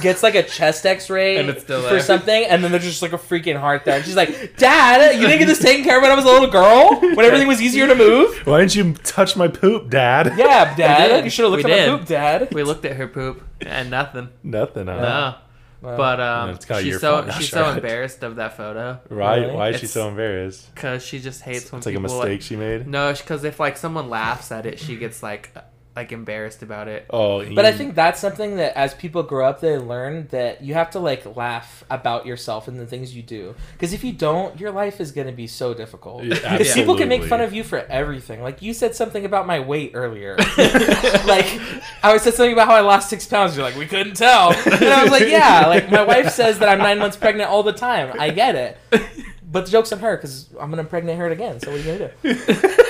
Speaker 2: gets like a chest X-ray
Speaker 4: And it's still
Speaker 2: for
Speaker 4: there.
Speaker 2: something, and then there's just like a freaking heart there, and she's like, "Dad, you didn't get this taken care of when I was a little girl, when everything was easier to move."
Speaker 1: Why didn't you touch my poop, Dad?
Speaker 2: Yeah, Dad,
Speaker 4: did.
Speaker 2: you should have looked
Speaker 4: We
Speaker 2: at
Speaker 4: did.
Speaker 2: the poop, Dad.
Speaker 4: we looked at her poop and nothing?
Speaker 1: Nothing. Huh?
Speaker 4: No.
Speaker 2: Wow.
Speaker 4: But um,
Speaker 1: Uh, Yeah, it's kinda your
Speaker 4: she's so
Speaker 1: fault now,
Speaker 4: she's so
Speaker 1: Charlotte.
Speaker 4: embarrassed of that photo
Speaker 1: Right?
Speaker 2: Really?
Speaker 1: Why is she
Speaker 4: It's-
Speaker 1: so embarrassed?
Speaker 4: because she just hates when
Speaker 1: It's like a
Speaker 4: people
Speaker 1: mistake she made.
Speaker 4: No, because if like someone laughs at it, she gets like like embarrassed about it.
Speaker 1: Oh,
Speaker 2: But I
Speaker 1: you-
Speaker 2: think that's something that as people grow up, they learn that you have to like laugh about yourself and the things you do. Because if you don't, your life is going to be so difficult.
Speaker 1: Yeah,
Speaker 2: If people can make
Speaker 1: absolutely.
Speaker 2: fun of you for everything, like you said something about my weight earlier. like I said something about how I lost six pounds. You're like, we couldn't tell. And I was like, yeah. Like my wife says that I'm nine months pregnant all the time. I get it. But the joke's on her because I'm gonna impregnate her again. So what are you gonna do?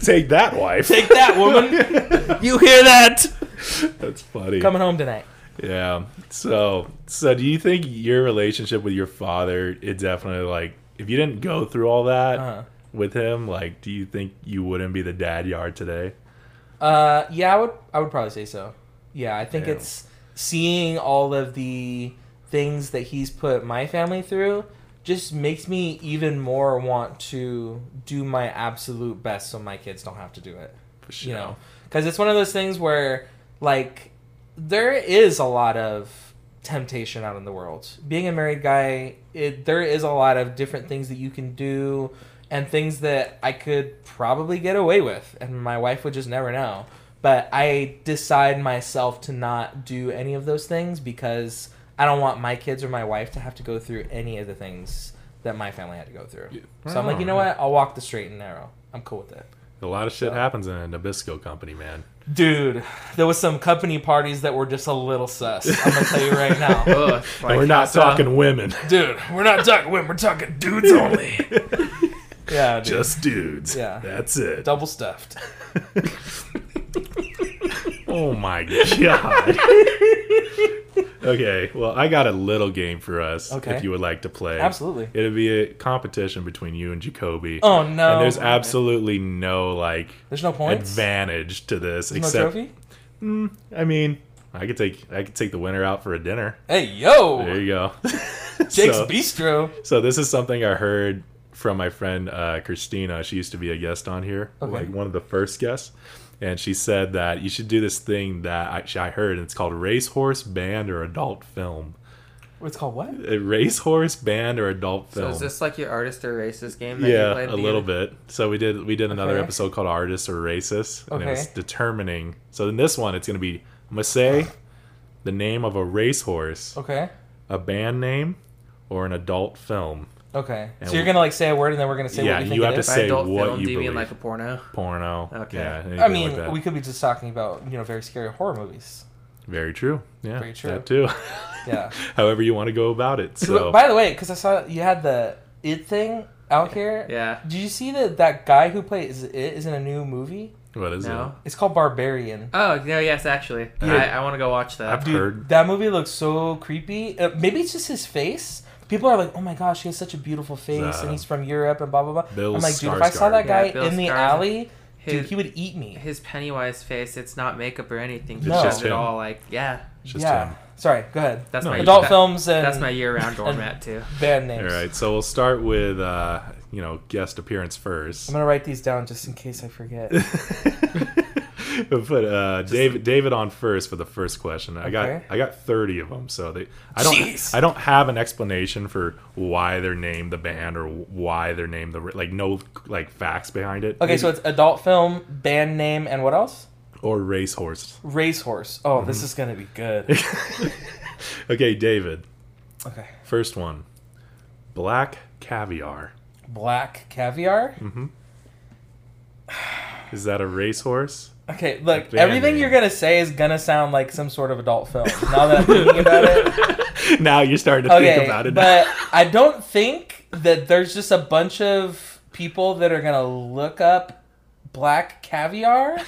Speaker 1: take that wife.
Speaker 2: Take that, woman.
Speaker 4: You hear that?
Speaker 1: That's funny.
Speaker 2: Coming home tonight.
Speaker 1: Yeah. So, so do you think your relationship with your father it definitely like if you didn't go through all that
Speaker 2: Uh-huh.
Speaker 1: with him, like do you think you wouldn't be the dad you are today?
Speaker 2: Uh, yeah, I would. I would probably say so. Yeah, I think
Speaker 1: Yeah.
Speaker 2: it's seeing all of the things that he's put my family through just makes me even more want to do my absolute best so my kids don't have to do it.
Speaker 1: For
Speaker 2: You know, because it's one of those things where like there is a lot of temptation out in the world. Being a married guy, it, there is a lot of different things that you can do and things that I could probably get away with, and my wife would just never know. But I decide myself to not do any of those things because I don't want my kids or my wife to have to go through any of the things that my family had to go through. So I'm like,
Speaker 1: Oh,
Speaker 2: you know what? I'll walk the straight and narrow. I'm cool with it.
Speaker 1: A lot of shit happens in a Nabisco company, man.
Speaker 2: Dude, there was some company parties that were just a little sus. I'm gonna tell you right now.
Speaker 4: Ugh,
Speaker 1: And we're not talking women,
Speaker 2: Dude, we're not talking women, we're talking dudes only. Yeah, dude.
Speaker 1: just dudes.
Speaker 2: Yeah.
Speaker 1: That's it.
Speaker 2: double stuffed.
Speaker 1: Oh my god. okay, well, I got a little game for us
Speaker 2: Okay.
Speaker 1: if you would like to play.
Speaker 2: Absolutely.
Speaker 1: It'd be a competition between you and Jacoby.
Speaker 2: Oh no.
Speaker 1: and there's absolutely no like
Speaker 2: There's no points.
Speaker 1: advantage to this
Speaker 2: There's
Speaker 1: except
Speaker 2: no trophy?
Speaker 1: I mean, I could take I could take the winner out for a dinner.
Speaker 2: Hey yo,
Speaker 1: There you go.
Speaker 2: Jake's
Speaker 1: so,
Speaker 2: Bistro.
Speaker 1: so this is something I heard from my friend uh, Christina. She used to be a guest on here,
Speaker 2: Okay.
Speaker 1: like one of the first guests, and she said that you should do this thing that I, I heard. And it's called racehorse band or adult film.
Speaker 2: It's called what?
Speaker 1: A racehorse band or adult
Speaker 4: So
Speaker 1: film.
Speaker 4: is this like your artist or racist game? That you
Speaker 1: yeah,
Speaker 4: played
Speaker 1: a little bit. So we did we did another
Speaker 2: Okay.
Speaker 1: episode called Artists or Racists, and it was
Speaker 2: Okay.
Speaker 1: determining. So in this one, it's gonna be I'm gonna say the name of a racehorse,
Speaker 2: Okay.
Speaker 1: a band name, or an adult film
Speaker 2: Okay.
Speaker 1: And
Speaker 2: so you're
Speaker 1: we-
Speaker 2: gonna like say a word and then we're gonna say
Speaker 1: Yeah,
Speaker 2: what we
Speaker 1: you
Speaker 2: think
Speaker 1: have
Speaker 2: it
Speaker 1: to
Speaker 2: is?
Speaker 4: By
Speaker 1: say
Speaker 4: adult
Speaker 1: what
Speaker 4: film,
Speaker 1: you
Speaker 4: do you mean
Speaker 1: believe.
Speaker 4: like a porno?
Speaker 1: porno.
Speaker 4: Okay.
Speaker 1: Yeah, anything
Speaker 2: I mean,
Speaker 1: like that.
Speaker 2: we could be just talking about you know very scary horror movies.
Speaker 1: very true. Yeah,
Speaker 2: Very true.
Speaker 1: That too.
Speaker 2: Yeah.
Speaker 1: However you want to go about it. So
Speaker 2: By the way, because I saw you had the it thing out here.
Speaker 4: Yeah.
Speaker 2: Did you see that that guy who played is it is in a new movie?
Speaker 1: what is
Speaker 4: No.
Speaker 1: it?
Speaker 2: It's called Barbarian.
Speaker 4: Oh no, yes, actually, I, I want to go watch that.
Speaker 1: I've heard.
Speaker 2: That movie looks so creepy. Uh, maybe it's just his face. People are like, "Oh my gosh, he has such a beautiful face,
Speaker 1: Uh,
Speaker 2: and he's from Europe, and blah blah blah."
Speaker 1: Bill
Speaker 2: I'm like, dude, if I saw
Speaker 1: Skarsgård.
Speaker 2: that guy
Speaker 4: Yeah, Bill
Speaker 2: in the
Speaker 4: Skarsgård.
Speaker 2: alley, dude,
Speaker 4: His-
Speaker 2: he would eat me.
Speaker 4: His Pennywise face—it's not makeup or anything. It's
Speaker 2: No.
Speaker 4: just at
Speaker 1: him.
Speaker 4: all like, yeah,
Speaker 1: It's just
Speaker 2: yeah.
Speaker 1: him.
Speaker 2: Sorry. Go ahead.
Speaker 4: that's
Speaker 1: No,
Speaker 4: my
Speaker 1: you-
Speaker 2: Adult
Speaker 4: that-
Speaker 2: films and
Speaker 4: That's my year-round doormat too.
Speaker 2: band
Speaker 1: All
Speaker 2: names.
Speaker 1: right. So we'll start with uh, you know guest appearance first.
Speaker 2: I'm gonna write these down just in case I forget.
Speaker 1: We'll put uh, David David on first for the first question. I got
Speaker 2: Okay.
Speaker 1: I got thirty of them, so they I don't
Speaker 2: Jeez.
Speaker 1: I don't have an explanation for why they're named the band or why they're named the like no like facts behind it.
Speaker 2: Okay, so it's adult film, band name, and what else?
Speaker 1: or racehorse.
Speaker 2: Racehorse. Oh,
Speaker 1: Mm-hmm.
Speaker 2: this is gonna be good.
Speaker 1: Okay, David,
Speaker 2: Okay.
Speaker 1: first one, black caviar.
Speaker 2: Black caviar.
Speaker 1: Is that a racehorse?
Speaker 2: Okay, look,
Speaker 1: band
Speaker 2: everything
Speaker 1: name.
Speaker 2: you're gonna say is gonna sound like some sort of adult film. Now that I'm thinking about it,
Speaker 1: now you're starting to
Speaker 2: okay,
Speaker 1: think about it.
Speaker 2: but I don't think that there's just a bunch of people that are gonna look up black caviar.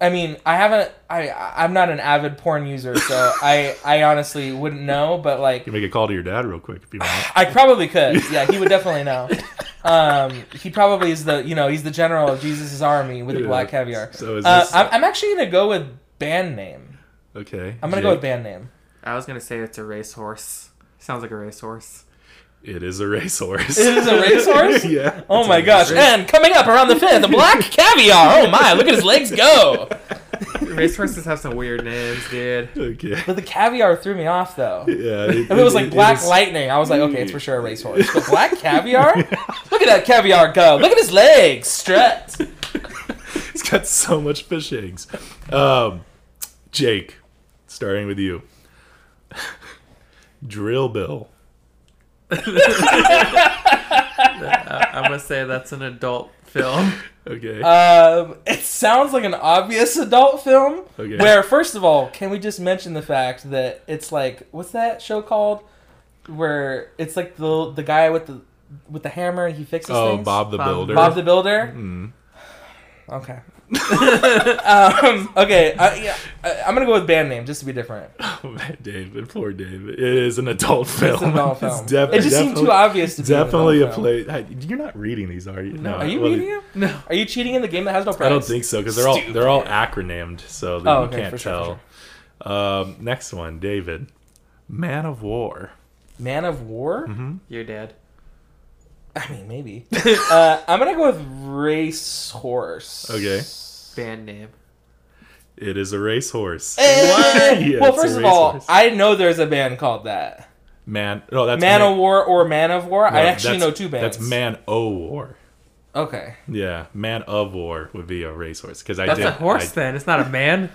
Speaker 2: I mean, I haven't. I I'm not an avid porn user, so I I honestly wouldn't know. But like,
Speaker 1: you make a call to your dad real quick if you want.
Speaker 2: I probably could. Yeah, he would definitely know. Um, he probably is the you know he's the general of Jesus' army with the
Speaker 1: Yeah.
Speaker 2: black caviar.
Speaker 1: So is
Speaker 2: Uh,
Speaker 1: this-
Speaker 2: I'm, I'm actually gonna go with band name.
Speaker 1: Okay,
Speaker 2: I'm gonna go with
Speaker 1: Jake,
Speaker 2: band name.
Speaker 4: I was gonna say it's a racehorse. Sounds like a racehorse.
Speaker 1: It is a racehorse.
Speaker 2: It is a racehorse?
Speaker 1: yeah.
Speaker 2: Oh my gosh! And coming up around the fifth, the black caviar. Oh my! Look at his legs go.
Speaker 4: Racehorses have some weird names, dude.
Speaker 1: Okay.
Speaker 2: But the caviar threw me off though.
Speaker 1: Yeah. It,
Speaker 2: If it was like black
Speaker 1: is-
Speaker 2: lightning, I was like, okay, it's for sure a racehorse. But black caviar? Look at that caviar go! Look at his legs strut.
Speaker 1: He's got so much fish eggs. Um, Jake, starting with you. Drill Bill.
Speaker 4: Uh, I'm gonna say that's an adult film.
Speaker 1: Okay.
Speaker 2: Um, it sounds like an obvious adult film.
Speaker 1: Okay.
Speaker 2: Where, first of all, can we just mention the fact that it's like what's that show called? Where it's like the the guy with the with the hammer and he fixes
Speaker 1: oh,
Speaker 2: things.
Speaker 1: Bob the
Speaker 4: Bob-
Speaker 1: Builder.
Speaker 2: Bob the Builder.
Speaker 1: Mm.
Speaker 2: Okay. um, okay. I, yeah, I, I'm gonna go with band name just to be different.
Speaker 1: Oh, man, David, poor David. It is an adult film.
Speaker 2: It's an adult film.
Speaker 1: def-
Speaker 2: it just seemed
Speaker 1: definitely-
Speaker 2: too obvious. To be an adult
Speaker 1: Definitely a
Speaker 2: film.
Speaker 1: play. Hey, You're not reading these, are you? No.
Speaker 2: Are you
Speaker 1: well,
Speaker 2: reading it?
Speaker 4: No.
Speaker 2: Are you cheating in the game that has no prize?
Speaker 1: I don't think so because they're all they're all acronymed, so that
Speaker 2: Oh,
Speaker 1: you
Speaker 2: okay,
Speaker 1: can't
Speaker 2: for sure,
Speaker 1: tell. Um, next one, David, Man of War.
Speaker 2: Man of War.
Speaker 1: Mm-hmm.
Speaker 4: You're dead.
Speaker 2: I mean, maybe. uh, I'm gonna go with racehorse.
Speaker 1: Okay.
Speaker 4: Band name.
Speaker 1: It is a racehorse.
Speaker 2: Eh,
Speaker 1: Yeah,
Speaker 2: well,
Speaker 1: it's a
Speaker 2: first of all,
Speaker 1: racehorse.
Speaker 2: I know there's a band called that.
Speaker 1: Man, no, that's
Speaker 2: Man of War or Man of War. I
Speaker 1: no,
Speaker 2: actually
Speaker 1: that's-
Speaker 2: know two bands.
Speaker 1: That's Man O War.
Speaker 2: Okay.
Speaker 1: Yeah, Man of War would be a racehorse because I
Speaker 4: That's
Speaker 1: did
Speaker 4: a horse
Speaker 1: I,
Speaker 4: then. It's not a man.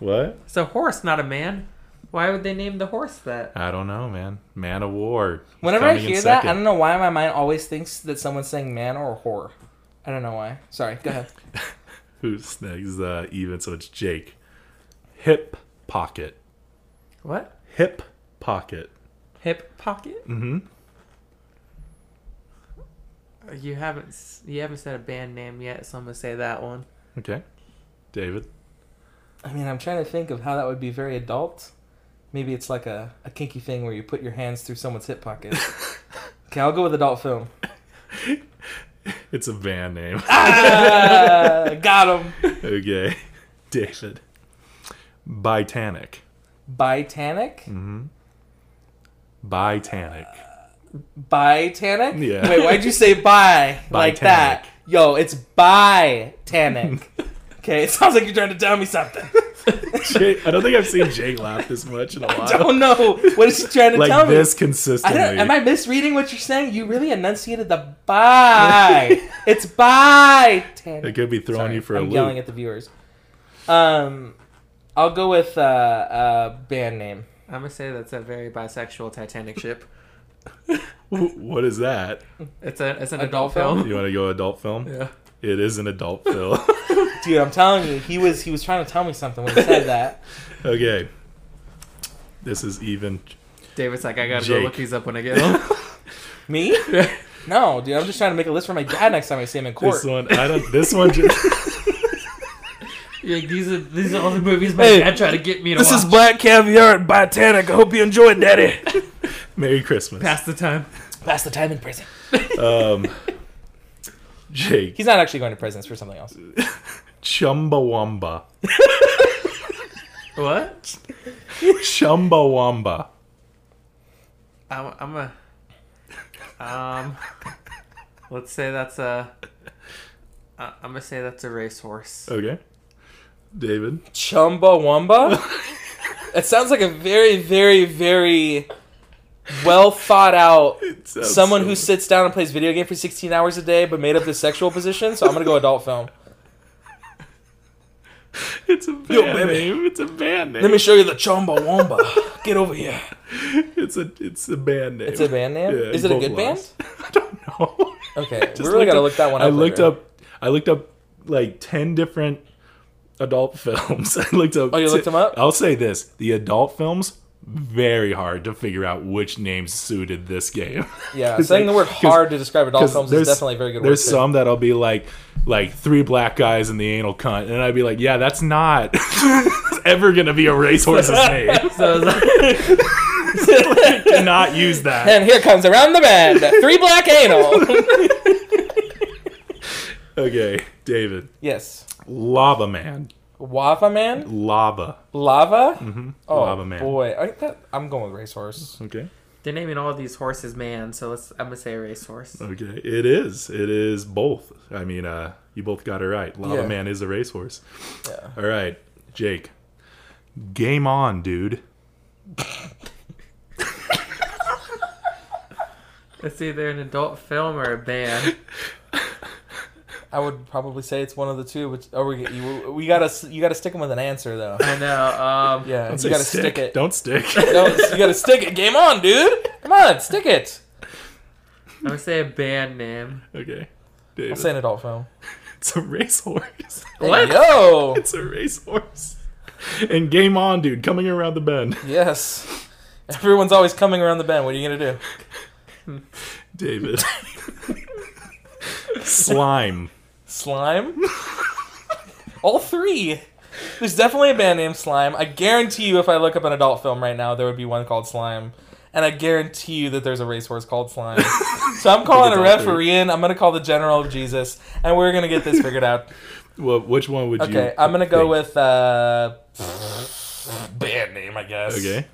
Speaker 1: what?
Speaker 4: It's a horse, not a man. Why would they name the horse that?
Speaker 1: I don't know, man. Man of War.
Speaker 2: Whenever
Speaker 1: coming
Speaker 2: I
Speaker 1: in
Speaker 2: hear that, I
Speaker 1: second.
Speaker 2: don't know why my mind always thinks that someone's saying man or whore. I don't know why. Sorry. Go ahead.
Speaker 1: Who's next? Uh, even so, it's Jake. Hip pocket.
Speaker 4: What?
Speaker 1: Hip pocket.
Speaker 4: Hip pocket?
Speaker 1: Mm-hmm.
Speaker 4: You haven't s- you haven't said a band name yet, so I'm gonna say that one.
Speaker 1: Okay, David.
Speaker 2: I mean, I'm trying to think of how that would be very adult. Maybe it's like a, a kinky thing where you put your hands through someone's hip pocket. okay, I'll go with adult film.
Speaker 1: It's a band name.
Speaker 2: Uh, got him.
Speaker 1: okay, David. Bitanic.
Speaker 2: Bitanic?
Speaker 1: Bitanic.
Speaker 2: Bitanic?
Speaker 1: Yeah.
Speaker 2: Wait, why'd you say bi like that? Yo, it's bitanic. okay, it sounds like you're trying to tell me something.
Speaker 1: Jake, I don't think I've seen Jake laugh this much in a
Speaker 2: I
Speaker 1: while.
Speaker 2: don't know. What is she trying to tell
Speaker 1: like this
Speaker 2: me? I
Speaker 1: consistently.
Speaker 2: don't, am I misreading what you're saying? You really enunciated the bi. it's bitanic.
Speaker 1: It could be throwing
Speaker 2: Sorry,
Speaker 1: you for
Speaker 2: I'm
Speaker 1: a
Speaker 2: yelling
Speaker 1: loop.
Speaker 2: at the viewers. Um, I'll go with uh, uh band name.
Speaker 4: I'm gonna say that's a very bisexual Titanic ship.
Speaker 1: Wh- what is that?
Speaker 4: It's a it's an
Speaker 2: Adult
Speaker 4: adult,
Speaker 2: film?
Speaker 4: film.
Speaker 1: You want to go adult film?
Speaker 4: Yeah.
Speaker 1: It is an adult film.
Speaker 2: Dude, I'm telling you, he was he was trying to tell me something when he said that.
Speaker 1: okay. This is even.
Speaker 4: David's like, I gotta
Speaker 1: Jake.
Speaker 4: go look these up when I get home.
Speaker 2: Me? No, dude, I'm just trying to make a list for my dad next time I see him in court.
Speaker 1: This one, I don't. This one just.
Speaker 4: You're like, these are these are all the movies my
Speaker 2: Hey,
Speaker 4: dad tried to get me to watch.
Speaker 2: Black Caviar and Botanic. I hope you enjoy it, Daddy.
Speaker 1: Merry Christmas.
Speaker 4: Pass the time.
Speaker 2: Pass the time in prison.
Speaker 1: Um, Jake.
Speaker 2: He's not actually going to prison it's for something else.
Speaker 1: Chumbawamba.
Speaker 4: What?
Speaker 1: Chumbawamba.
Speaker 4: I'm, I'm a. Um, let's say that's a. I- I'm gonna say that's a racehorse.
Speaker 1: Okay. David.
Speaker 2: Chumbawamba? It sounds like a very, very, very well thought out
Speaker 1: It sounds
Speaker 2: someone
Speaker 1: so-
Speaker 2: who sits down and plays video game for 16 hours a day but made up this sexual position, so I'm going to go adult film.
Speaker 1: It's a band
Speaker 2: baby.
Speaker 1: name. It's a band name.
Speaker 2: Let me show you the Chumbawamba. Get over here.
Speaker 1: It's a it's a band name.
Speaker 2: It's a band name?
Speaker 1: Yeah,
Speaker 2: Is it a
Speaker 1: both
Speaker 2: good
Speaker 1: of
Speaker 2: band?
Speaker 1: us. I don't know.
Speaker 2: Okay,
Speaker 1: I
Speaker 2: we
Speaker 1: just
Speaker 2: really gotta look that one
Speaker 1: I
Speaker 2: up
Speaker 1: looked
Speaker 2: later.
Speaker 1: up. I looked up like ten different adult films. I looked up.
Speaker 2: Oh, you looked them up?
Speaker 1: I'll say this: the adult films very hard to figure out which names suited this game.
Speaker 2: Yeah,
Speaker 1: 'Cause,
Speaker 2: saying
Speaker 1: like,
Speaker 2: the word
Speaker 1: 'cause-
Speaker 2: hard to describe adult
Speaker 1: 'cause
Speaker 2: films
Speaker 1: there's-
Speaker 2: is definitely a very good
Speaker 1: There's
Speaker 2: word. too.
Speaker 1: some that'll be like like three black guys in the anal cunt, and I'd be like, yeah, that's not ever gonna be a racehorse's name.
Speaker 4: So it's
Speaker 1: Do not use that.
Speaker 2: And here comes around the bend, three black anal.
Speaker 1: Okay, David,
Speaker 2: yes.
Speaker 1: lava man,
Speaker 2: Wafa man?
Speaker 1: lava,
Speaker 2: Lava? Oh,
Speaker 1: Mm-hmm. lava man.
Speaker 2: boy. I, that, I'm going with racehorse.
Speaker 1: Okay.
Speaker 4: they're naming all these horses man. So let's. I'm gonna say a racehorse.
Speaker 1: Okay, it is. It is both. I mean, uh, you both got it right. Lava
Speaker 2: Yeah.
Speaker 1: Man is a racehorse.
Speaker 2: Yeah.
Speaker 1: All right, Jake. Game on, dude.
Speaker 4: It's either an adult film or a band.
Speaker 2: I would probably say it's one of the two. Which oh, we you, we gotta s- you gotta stick them with an answer though.
Speaker 4: I know. Um,
Speaker 2: Yeah,
Speaker 1: Don't
Speaker 2: you
Speaker 1: say
Speaker 2: gotta
Speaker 1: stick.
Speaker 2: stick it.
Speaker 1: Don't stick.
Speaker 2: No, you gotta stick it. Game on, dude. Come on, stick it.
Speaker 4: I'm gonna say a band name.
Speaker 1: okay. David.
Speaker 2: I'll say an adult film.
Speaker 1: It's a racehorse.
Speaker 4: What?
Speaker 2: Yo.
Speaker 1: it's a racehorse. And game on, dude, coming around the bend.
Speaker 2: Yes. Everyone's always coming around the bend. What are you gonna do?
Speaker 1: David. Slime.
Speaker 2: Slime? All three. There's definitely a band named Slime. I guarantee you, if I look up an adult film right now, there would be one called Slime. And I guarantee you that there's a racehorse called Slime. so I'm calling a
Speaker 1: it's all three.
Speaker 2: referee in. I'm going to call the General of Jesus. And we're going to get this figured out.
Speaker 1: Well, which one would you
Speaker 2: Okay, I'm going to go
Speaker 1: think?
Speaker 2: with uh, band name, I guess.
Speaker 1: Okay.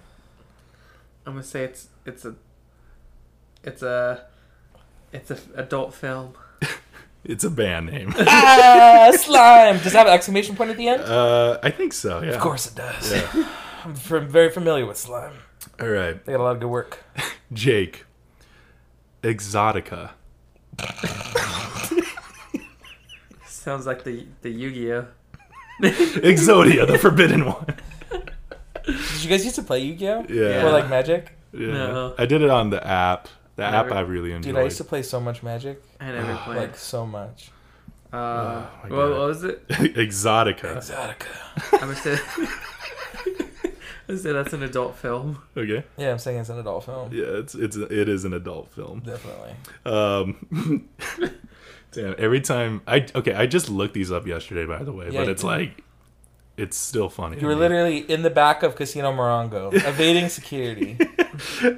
Speaker 4: I'm gonna say it's it's a it's a it's a f- adult film.
Speaker 1: It's a band name.
Speaker 2: Ah, slime! Does it have an exclamation point at the end?
Speaker 1: uh, I think so, yeah.
Speaker 2: Of course it does.
Speaker 1: Yeah.
Speaker 2: I'm fam- very familiar with slime.
Speaker 1: All right.
Speaker 2: They got a lot of good work.
Speaker 1: Jake. Exotica.
Speaker 4: Sounds like the the Yu-Gi-Oh.
Speaker 1: Exodia, the forbidden one.
Speaker 2: Did you guys used to play Yu-Gi-Oh?
Speaker 1: Yeah.
Speaker 2: Or like Magic?
Speaker 1: Yeah.
Speaker 4: No.
Speaker 1: I did it on the app. The app
Speaker 4: Never-
Speaker 1: I really enjoyed.
Speaker 2: Dude, I used to play so much Magic,
Speaker 4: I never played.
Speaker 2: like so much.
Speaker 4: uh,
Speaker 1: Ah, Oh, my
Speaker 4: what,
Speaker 1: God.
Speaker 4: what was it?
Speaker 1: Exotica.
Speaker 2: Exotica.
Speaker 4: I'm gonna say. I say that's an adult film.
Speaker 1: Okay.
Speaker 2: Yeah, I'm saying it's an adult film.
Speaker 1: Yeah, it's it's it is an adult film.
Speaker 2: Definitely.
Speaker 1: Um, damn, every time I okay, I just looked these up yesterday, by the way,
Speaker 2: Yeah,
Speaker 1: but
Speaker 2: you
Speaker 1: it's
Speaker 2: did.
Speaker 1: like it's still funny.
Speaker 2: You were literally in the back of Casino Morongo, evading security.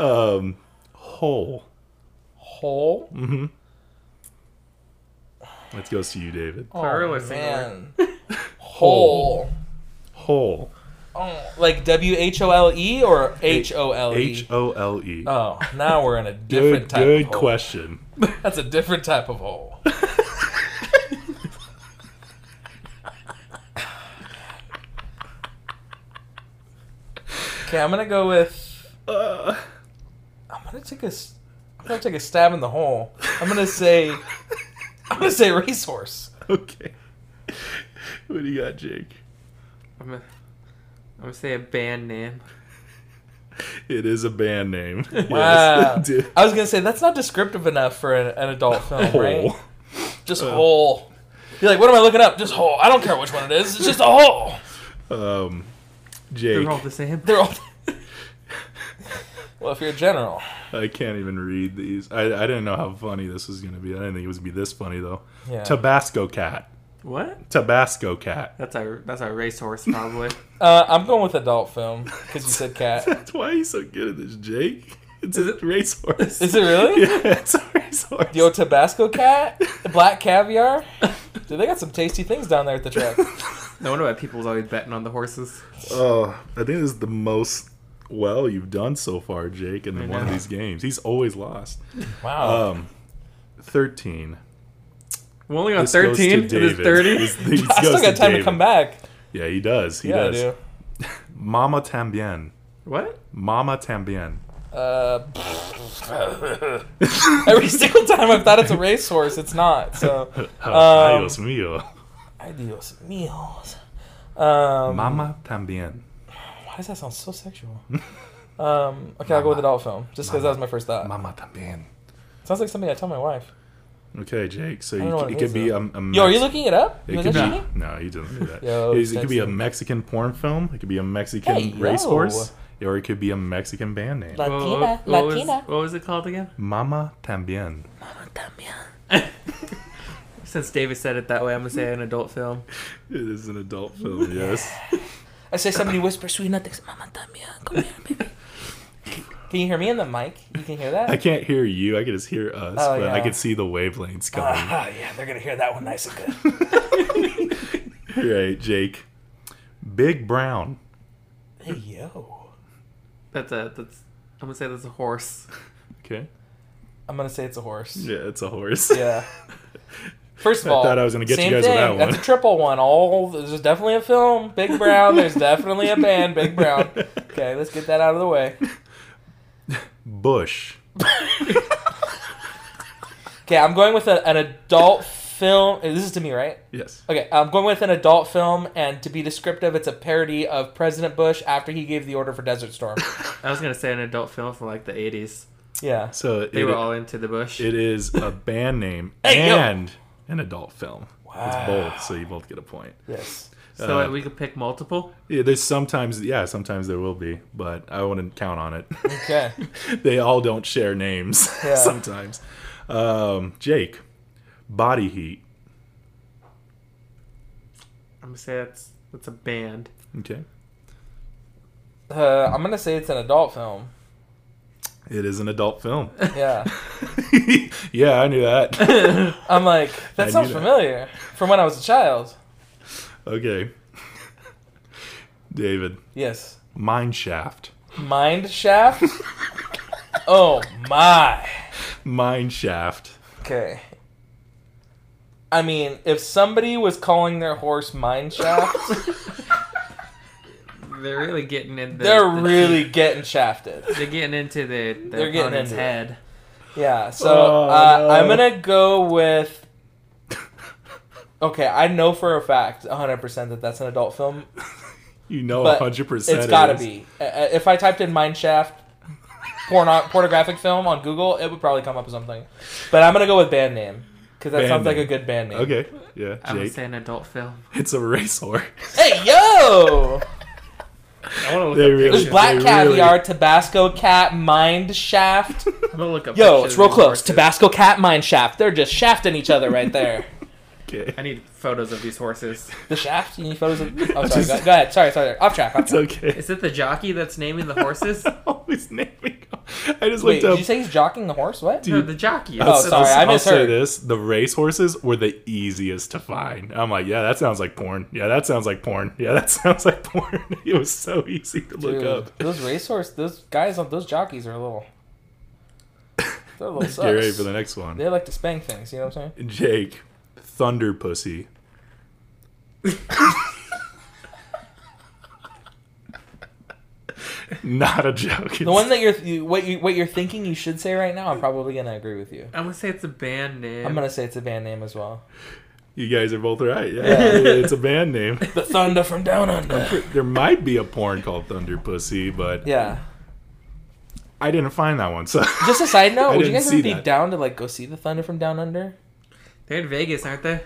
Speaker 1: um whole.
Speaker 2: Hole.
Speaker 1: Mm-hmm. That goes to you, David.
Speaker 2: Oh.
Speaker 4: Plural or
Speaker 2: man. Hole.
Speaker 1: Whole.
Speaker 2: Oh, like W H O L E or H O L
Speaker 1: H
Speaker 2: E.
Speaker 1: O L E.
Speaker 2: Oh, now we're in a different
Speaker 1: Good
Speaker 2: type.
Speaker 1: good
Speaker 2: of hole.
Speaker 1: question.
Speaker 2: That's a different type of hole. okay, I'm gonna go with.
Speaker 1: Uh,
Speaker 2: I'm gonna take a. s- I'm gonna take a stab in the hole. I'm gonna say. I'm gonna say racehorse.
Speaker 1: okay. What do you got, Jake?
Speaker 4: I'm gonna, I'm gonna say a band name.
Speaker 1: It is a band name.
Speaker 2: Wow.
Speaker 1: Yes. Dude.
Speaker 2: Ah.
Speaker 1: Oh.
Speaker 2: I was gonna say that's not descriptive enough for an, an adult film, right?
Speaker 1: Hole.
Speaker 2: Just hole. You're like, what am I looking up? Just hole. I don't care which one it is. It's just a hole.
Speaker 1: Um,
Speaker 4: They're
Speaker 1: Jake,
Speaker 4: all the same.
Speaker 2: They're all. well, if you're a general.
Speaker 1: I can't even read these. I, I didn't know how funny this was going to be. I didn't think it was going to be this funny, though.
Speaker 2: Yeah.
Speaker 1: Tabasco Cat.
Speaker 4: What?
Speaker 1: Tabasco Cat.
Speaker 4: That's our that's our racehorse probably.
Speaker 2: Uh, I'm going with adult film because you said cat.
Speaker 1: That's why he's so good at this, Jake. It's a racehorse.
Speaker 2: Is it really?
Speaker 1: Yeah, it's a racehorse.
Speaker 2: Yo, Tabasco cat, black caviar. Dude, they got some tasty things down there at the track.
Speaker 4: no wonder why people's always betting on the horses.
Speaker 1: Oh, I think this is the most well you've done so far, Jake, in
Speaker 4: I
Speaker 1: one of
Speaker 4: know.
Speaker 1: these games. He's always lost.
Speaker 2: Wow.
Speaker 1: Um, 13.
Speaker 4: We're
Speaker 2: Oh,
Speaker 4: only on
Speaker 1: This goes to
Speaker 4: thirteen. and there's
Speaker 1: David.
Speaker 4: thirty.
Speaker 1: This- this
Speaker 2: I still
Speaker 1: goes
Speaker 2: got time to
Speaker 1: David.
Speaker 2: come back.
Speaker 1: Yeah, he does. He
Speaker 2: Yeah,
Speaker 1: does.
Speaker 2: I
Speaker 1: Mama Tambien.
Speaker 4: What?
Speaker 1: Mama Tambien.
Speaker 2: do. Uh, every single time I've thought it's a racehorse, it's not. So,
Speaker 1: Ay,
Speaker 2: Um,
Speaker 1: Dios mío.
Speaker 2: ay Dios míos. Um,
Speaker 1: Mama Tambien.
Speaker 2: Why does that sound so sexual? Um, okay, I'll go with adult film just because that was my first thought.
Speaker 1: Mama Tambien.
Speaker 2: Sounds like something I tell my wife.
Speaker 1: Okay, Jake. So
Speaker 2: don't
Speaker 1: you,
Speaker 2: know
Speaker 1: c-
Speaker 2: what
Speaker 1: it
Speaker 2: it
Speaker 1: could
Speaker 2: is,
Speaker 1: be
Speaker 2: though.
Speaker 1: a, a
Speaker 2: Yo, are
Speaker 1: Mex-
Speaker 2: you looking it up?
Speaker 1: It
Speaker 2: Was
Speaker 1: could
Speaker 2: that
Speaker 1: be,
Speaker 2: cheating?
Speaker 1: no, he doesn't do that.
Speaker 2: Yo,
Speaker 1: it, it could be a
Speaker 2: sexy.
Speaker 1: Mexican porn film. It could be a Mexican
Speaker 2: Hey,
Speaker 1: racehorse, or it could be a Mexican band name.
Speaker 2: Like- Latina,
Speaker 4: what, what was,
Speaker 2: Latina.
Speaker 4: what was it called again?
Speaker 1: Mama Tambien.
Speaker 4: Since David said it that way, I'm gonna say an adult film.
Speaker 1: It is an adult film. Yes.
Speaker 2: I say somebody whisper sweet nothings. Mama también, come here, baby. Can you hear me in the mic? You can hear that?
Speaker 1: I can't hear you. I can just hear us,
Speaker 2: Oh,
Speaker 1: but I
Speaker 2: yeah.
Speaker 1: can see the wavelengths coming.
Speaker 2: Ah, yeah, they're gonna hear that one nice and good.
Speaker 1: right, Jake. Big Brown.
Speaker 2: Hey yo.
Speaker 4: That's a that's. I'm gonna say that's a horse.
Speaker 1: Okay.
Speaker 2: I'm gonna say it's a horse. Yeah.
Speaker 1: Yeah, it's a horse.
Speaker 2: First of
Speaker 1: I
Speaker 2: all,
Speaker 1: thought I was gonna get you
Speaker 2: same
Speaker 1: guys with
Speaker 2: thing.
Speaker 1: that one.
Speaker 2: That's a triple one. All there's definitely a film, Big Brown. There's definitely a band, Big Brown. Okay, let's get that out of the way.
Speaker 1: Bush.
Speaker 2: Okay, I'm going with a, an adult film. This is to me, right?
Speaker 1: Yes.
Speaker 2: Okay, I'm going with an adult film, and to be descriptive, it's a parody of President Bush after he gave the order for Desert Storm.
Speaker 4: I was gonna say an adult film from like the '80s.
Speaker 2: yeah.
Speaker 1: So it,
Speaker 4: They were all into the bush.
Speaker 1: it is a band name
Speaker 2: Hey, yo.
Speaker 1: and an adult film. It's both, so you both get a point.
Speaker 2: Yes.
Speaker 4: so
Speaker 1: uh,
Speaker 4: like, we could pick multiple.
Speaker 1: Yeah, there's sometimes, yeah, sometimes there will be, but I wouldn't count on it.
Speaker 2: Okay.
Speaker 1: they all don't share names
Speaker 2: Yeah.
Speaker 1: sometimes. Um, Jake, Body Heat.
Speaker 4: I'm gonna say that's that's a band.
Speaker 1: Okay.
Speaker 2: Uh, I'm gonna say it's an adult film.
Speaker 1: It is an adult film.
Speaker 2: Yeah.
Speaker 1: yeah, I knew that.
Speaker 2: I'm like that
Speaker 1: I
Speaker 2: sounds
Speaker 1: knew that.
Speaker 2: familiar from when I was a child.
Speaker 1: Okay. David,
Speaker 2: Yes.
Speaker 1: Mineshaft.
Speaker 2: Mind Shaft. oh my.
Speaker 1: Mineshaft.
Speaker 2: Okay. I mean, if somebody was calling their horse Mind Shaft,
Speaker 4: They're really getting in. The,
Speaker 2: they're
Speaker 4: the-
Speaker 2: really getting shafted.
Speaker 4: They're getting into
Speaker 2: They're
Speaker 4: the, the they're
Speaker 2: getting
Speaker 4: opponent's
Speaker 2: into it.
Speaker 4: head.
Speaker 2: Yeah, so
Speaker 1: Oh,
Speaker 2: uh,
Speaker 1: no.
Speaker 2: I'm gonna go with. Okay, I know for a fact, 100 percent that that's an adult film.
Speaker 1: You know,
Speaker 2: But
Speaker 1: 100%.
Speaker 2: It's
Speaker 1: it
Speaker 2: gotta
Speaker 1: is.
Speaker 2: be. Uh, uh, If I typed in Mineshaft porno- pornographic film on Google, it would probably come up with something. But I'm gonna go with band name because that
Speaker 1: Band
Speaker 2: sounds like
Speaker 1: name.
Speaker 2: a good band name.
Speaker 1: Okay. Yeah,
Speaker 4: I'm gonna
Speaker 1: Jake.
Speaker 4: say an adult film.
Speaker 1: It's a racehorse.
Speaker 2: Hey yo,
Speaker 4: I want to
Speaker 1: They
Speaker 4: look.
Speaker 1: really-
Speaker 4: Really,
Speaker 2: there's black
Speaker 1: They really-
Speaker 2: caviar, Tabasco cat, Mind Shaft.
Speaker 4: I'm gonna look up.
Speaker 2: Yo,
Speaker 4: pictures
Speaker 2: it's
Speaker 4: of
Speaker 2: real
Speaker 4: these
Speaker 2: close.
Speaker 4: horses.
Speaker 2: Tabasco cat, Mind Shaft. They're just shafting each other right there.
Speaker 1: Okay.
Speaker 4: I need photos of these horses.
Speaker 2: The shaft? You need photos of. Oh, sorry. Go, go ahead. Sorry, sorry. Off track. Off
Speaker 1: It's
Speaker 2: track.
Speaker 1: okay. Oh,
Speaker 4: Is it the jockey that's naming the horses?
Speaker 1: Always naming. I just
Speaker 2: Wait,
Speaker 1: looked up.
Speaker 2: did you say he's jocking the horse? What?
Speaker 4: no, the jockey.
Speaker 2: Oh,
Speaker 4: It's-
Speaker 2: sorry.
Speaker 4: it's-
Speaker 2: I
Speaker 1: will say
Speaker 2: misheard.
Speaker 1: this: the racehorses were the easiest to find. I'm like, yeah, that sounds like porn. Yeah, that sounds like porn. Yeah, that sounds like porn. it was so easy to look
Speaker 2: Dude,
Speaker 1: up.
Speaker 2: Those racehorse, those guys on those jockeys are a little. They're a little sus.
Speaker 1: Get ready for the next one.
Speaker 2: They like to spank things. You know what I'm saying?
Speaker 1: Jake, Thunder Pussy. Not a joke.
Speaker 2: The one that you're, you, what you, what you're thinking, you should say right now. I'm probably gonna agree with you.
Speaker 4: I'm gonna say it's a band name.
Speaker 2: I'm gonna say it's a band name as well.
Speaker 1: you guys are both right. Yeah,
Speaker 2: Yeah.
Speaker 1: it's a band name.
Speaker 2: The Thunder from Down Under.
Speaker 1: There might be a porn called Thunder Pussy, but
Speaker 2: Yeah.
Speaker 1: I didn't find that one. So
Speaker 2: Just a side note:
Speaker 1: I
Speaker 2: Would you
Speaker 1: didn't
Speaker 2: guys ever
Speaker 1: see
Speaker 2: be
Speaker 1: that.
Speaker 2: down to like go see the Thunder from Down Under?
Speaker 4: They're in Vegas, aren't they?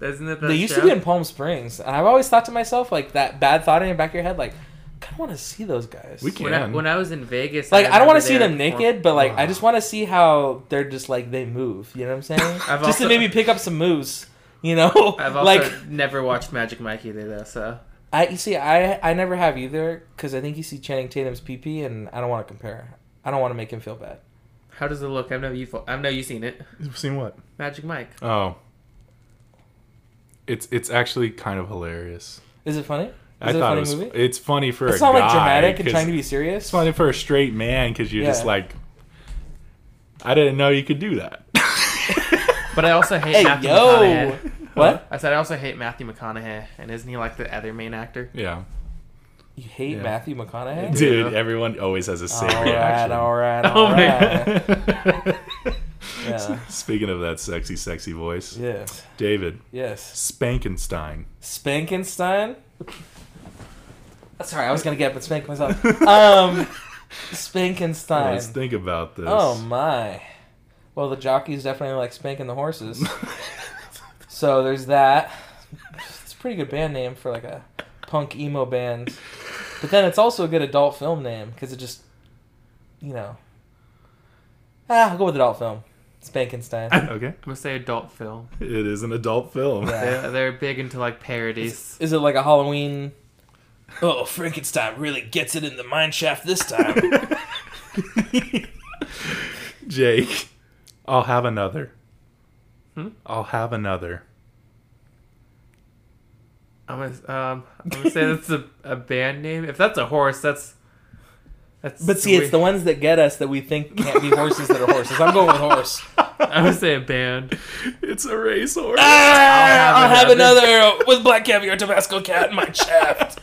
Speaker 4: Isn't it that
Speaker 2: They used
Speaker 4: show?
Speaker 2: to be in Palm Springs. And I've always thought to myself, like that bad thought in your back of your head, like I kind of want to see those guys.
Speaker 1: We can.
Speaker 4: When I, when I was in Vegas,
Speaker 2: Like I don't want
Speaker 4: remember
Speaker 2: to see
Speaker 4: they
Speaker 2: them
Speaker 4: were
Speaker 2: naked,
Speaker 4: perform-
Speaker 2: but like I just want to see how they're just like they move. You know what I'm saying?
Speaker 4: I've
Speaker 2: just to
Speaker 4: also-
Speaker 2: maybe pick up some moves. You know,
Speaker 4: I've also
Speaker 2: like
Speaker 4: never watched Magic Mike either, though. So
Speaker 2: I you see, I I never have either because I think you see Channing Tatum's PP, and I don't want to compare. I don't want to make him feel bad.
Speaker 4: how does it look? I've never you I've never you seen it.
Speaker 1: You've seen what?
Speaker 4: Magic Mike.
Speaker 1: Oh, it's it's actually kind of hilarious.
Speaker 2: Is it funny? Is
Speaker 1: I
Speaker 2: it a
Speaker 1: thought
Speaker 2: funny
Speaker 1: it was.
Speaker 2: movie?
Speaker 1: It's funny for
Speaker 2: It's
Speaker 1: a
Speaker 2: not
Speaker 1: guy.
Speaker 2: like dramatic and
Speaker 1: 'cause
Speaker 2: trying to be serious.
Speaker 1: It's funny for a straight man because you're just
Speaker 2: Yeah.
Speaker 1: like, I didn't know you could do that.
Speaker 4: But I also hate
Speaker 2: Hey
Speaker 4: Matthew
Speaker 2: yo,
Speaker 4: McConaughey.
Speaker 2: what?
Speaker 4: I said I also hate Matthew McConaughey, and isn't he like the other main actor?
Speaker 1: yeah,
Speaker 2: You hate
Speaker 1: Yeah.
Speaker 2: Matthew McConaughey?
Speaker 1: dude. Everyone always has the
Speaker 2: All
Speaker 1: same
Speaker 2: right,
Speaker 1: reaction.
Speaker 2: all right, all
Speaker 4: Oh my
Speaker 2: right. Yeah.
Speaker 1: Speaking of that sexy, sexy voice,
Speaker 2: Yes,
Speaker 1: David
Speaker 2: yes.
Speaker 1: Spankenstein.
Speaker 2: Spankenstein? Sorry, I was gonna get up and spank myself. Um,
Speaker 1: Let's
Speaker 2: Spankenstein.
Speaker 1: think about this.
Speaker 2: Oh my. Well, the jockeys definitely like spanking the horses. so there's that. It's a pretty good band name for like a punk emo band. But then it's also a good adult film name because it just, you know. Ah, I'll go with adult film. Spankenstein.
Speaker 1: okay,
Speaker 4: I'm gonna say adult film.
Speaker 1: it is an adult film.
Speaker 2: Yeah.
Speaker 4: They're, they're big into like parodies.
Speaker 2: Is it like a Halloween? Oh, Frankenstein really gets it in the mine shaft this time.
Speaker 1: Jake, I'll have another.
Speaker 4: Hmm?
Speaker 1: I'll have another.
Speaker 4: I'm gonna um I'm gonna say that's a, a band name. If that's a horse, that's that's.
Speaker 2: But see, it's the
Speaker 4: weird.
Speaker 2: ones that get us that we think can't be horses that are horses. I'm going with horse.
Speaker 4: I'm gonna say a band.
Speaker 1: It's a racehorse.
Speaker 2: Ah! I'll, have,
Speaker 4: have
Speaker 2: another with black caviar, Tabasco cat in my shaft.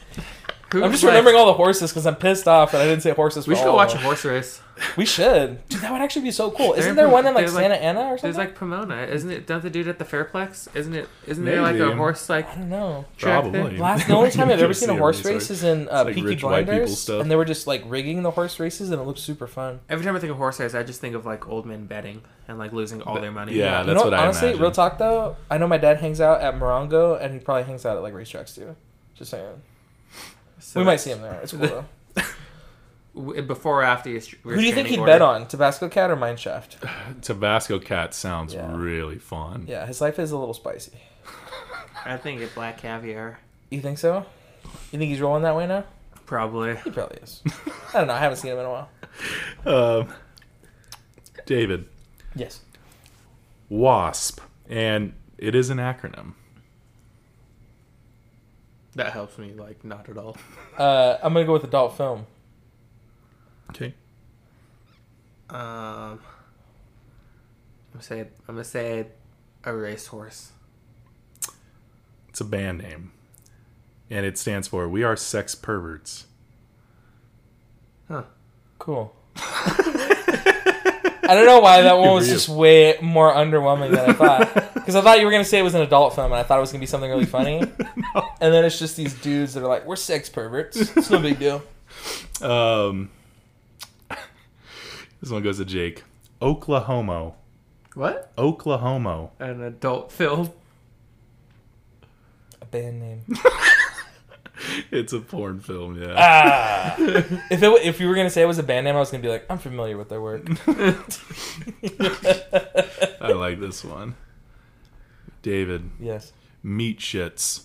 Speaker 4: Who
Speaker 2: I'm just
Speaker 4: was, like-
Speaker 2: remembering all Oh. the horses because I'm pissed off and I didn't say horses.
Speaker 4: We
Speaker 2: for
Speaker 4: should go
Speaker 2: all
Speaker 4: watch
Speaker 2: of
Speaker 4: a
Speaker 2: them.
Speaker 4: horse race.
Speaker 2: We should. Dude, that would actually be so cool. Isn't
Speaker 4: They're-
Speaker 2: there one in like
Speaker 4: they're, like-
Speaker 2: Santa Ana or something?
Speaker 4: There's like Pomona, isn't it? Don't they do it at the Fairplex? Isn't it? Isn't there like
Speaker 1: Maybe.
Speaker 4: a horse like
Speaker 2: I don't know.
Speaker 4: track
Speaker 1: Probably.
Speaker 4: thing?
Speaker 2: Last the only time I've
Speaker 1: You
Speaker 2: ever
Speaker 1: just
Speaker 2: seen
Speaker 1: see
Speaker 2: a
Speaker 1: them,
Speaker 2: horse
Speaker 1: it's like-
Speaker 2: race is in uh,
Speaker 1: it's like
Speaker 2: Peaky
Speaker 1: rich white people
Speaker 2: Blinders,
Speaker 1: stuff.
Speaker 2: and they were just like rigging the horse races, and it looked super fun.
Speaker 4: Every time I think of horse race, I just think of like old men betting and like losing all their money.
Speaker 1: Yeah,
Speaker 2: you
Speaker 1: that's
Speaker 2: know,
Speaker 1: what I
Speaker 2: honestly,
Speaker 1: imagine.
Speaker 2: real talk though, I know my dad hangs out at Morongo, and he probably hangs out at like racetracks too. Just saying,
Speaker 4: So
Speaker 2: we might see him there. It's cool though.
Speaker 4: w- eh, before or after you.
Speaker 2: Who do you think he'd bet on? Tabasco Cat or Mineshaft?
Speaker 1: Tabasco Cat sounds
Speaker 2: Yeah.
Speaker 1: really fun.
Speaker 2: Yeah, his life is a little spicy.
Speaker 4: I think it's black caviar.
Speaker 2: You think so? You think he's rolling that way now?
Speaker 4: Probably.
Speaker 2: He probably is. I don't know. I haven't seen him in a while.
Speaker 1: Um, David,
Speaker 2: Yes.
Speaker 1: WASP, and it is an acronym.
Speaker 4: That helps me like not at all.
Speaker 2: Uh, I'm gonna go with adult film.
Speaker 1: Okay.
Speaker 4: Um, I'm gonna say I'm gonna say a racehorse.
Speaker 1: It's a band name, and it stands for "We Are Sex Perverts."
Speaker 4: Huh.
Speaker 2: Cool. I don't know why that one
Speaker 1: Good
Speaker 2: was
Speaker 1: for you.
Speaker 2: just way more underwhelming than I thought. Because I thought you were gonna say it was an adult film, and I thought it was gonna be something really funny. And then it's just these dudes that are like, "We're sex perverts. It's no big deal."
Speaker 1: Um, this one goes to Jake. Oklahoma.
Speaker 4: What?
Speaker 1: Oklahoma.
Speaker 4: An adult film.
Speaker 2: A band name.
Speaker 1: It's a porn film, yeah.
Speaker 2: Ah. if it, wa- if you were gonna say it was a band name, I was gonna be like, "I'm familiar with their work."
Speaker 1: I like this one. David,
Speaker 2: yes.
Speaker 1: meat shits.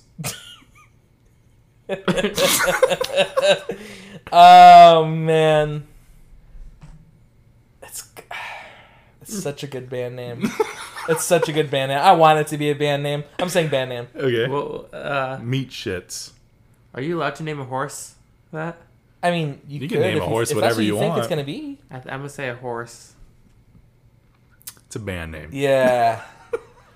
Speaker 2: Oh man, it's it's such a good band name. It's such a good band name. I want it to be a band name. I'm saying band name.
Speaker 1: Okay.
Speaker 4: Well, uh,
Speaker 1: meat shits.
Speaker 4: are you allowed to name a horse that?
Speaker 2: I mean, you,
Speaker 1: You
Speaker 2: could,
Speaker 1: can name
Speaker 2: if
Speaker 1: a
Speaker 2: you-
Speaker 1: horse
Speaker 2: if that's
Speaker 1: whatever
Speaker 2: what
Speaker 1: you
Speaker 2: think
Speaker 1: want.
Speaker 2: it's gonna be.
Speaker 4: I th- I'm gonna say a horse.
Speaker 1: It's a band name.
Speaker 2: Yeah.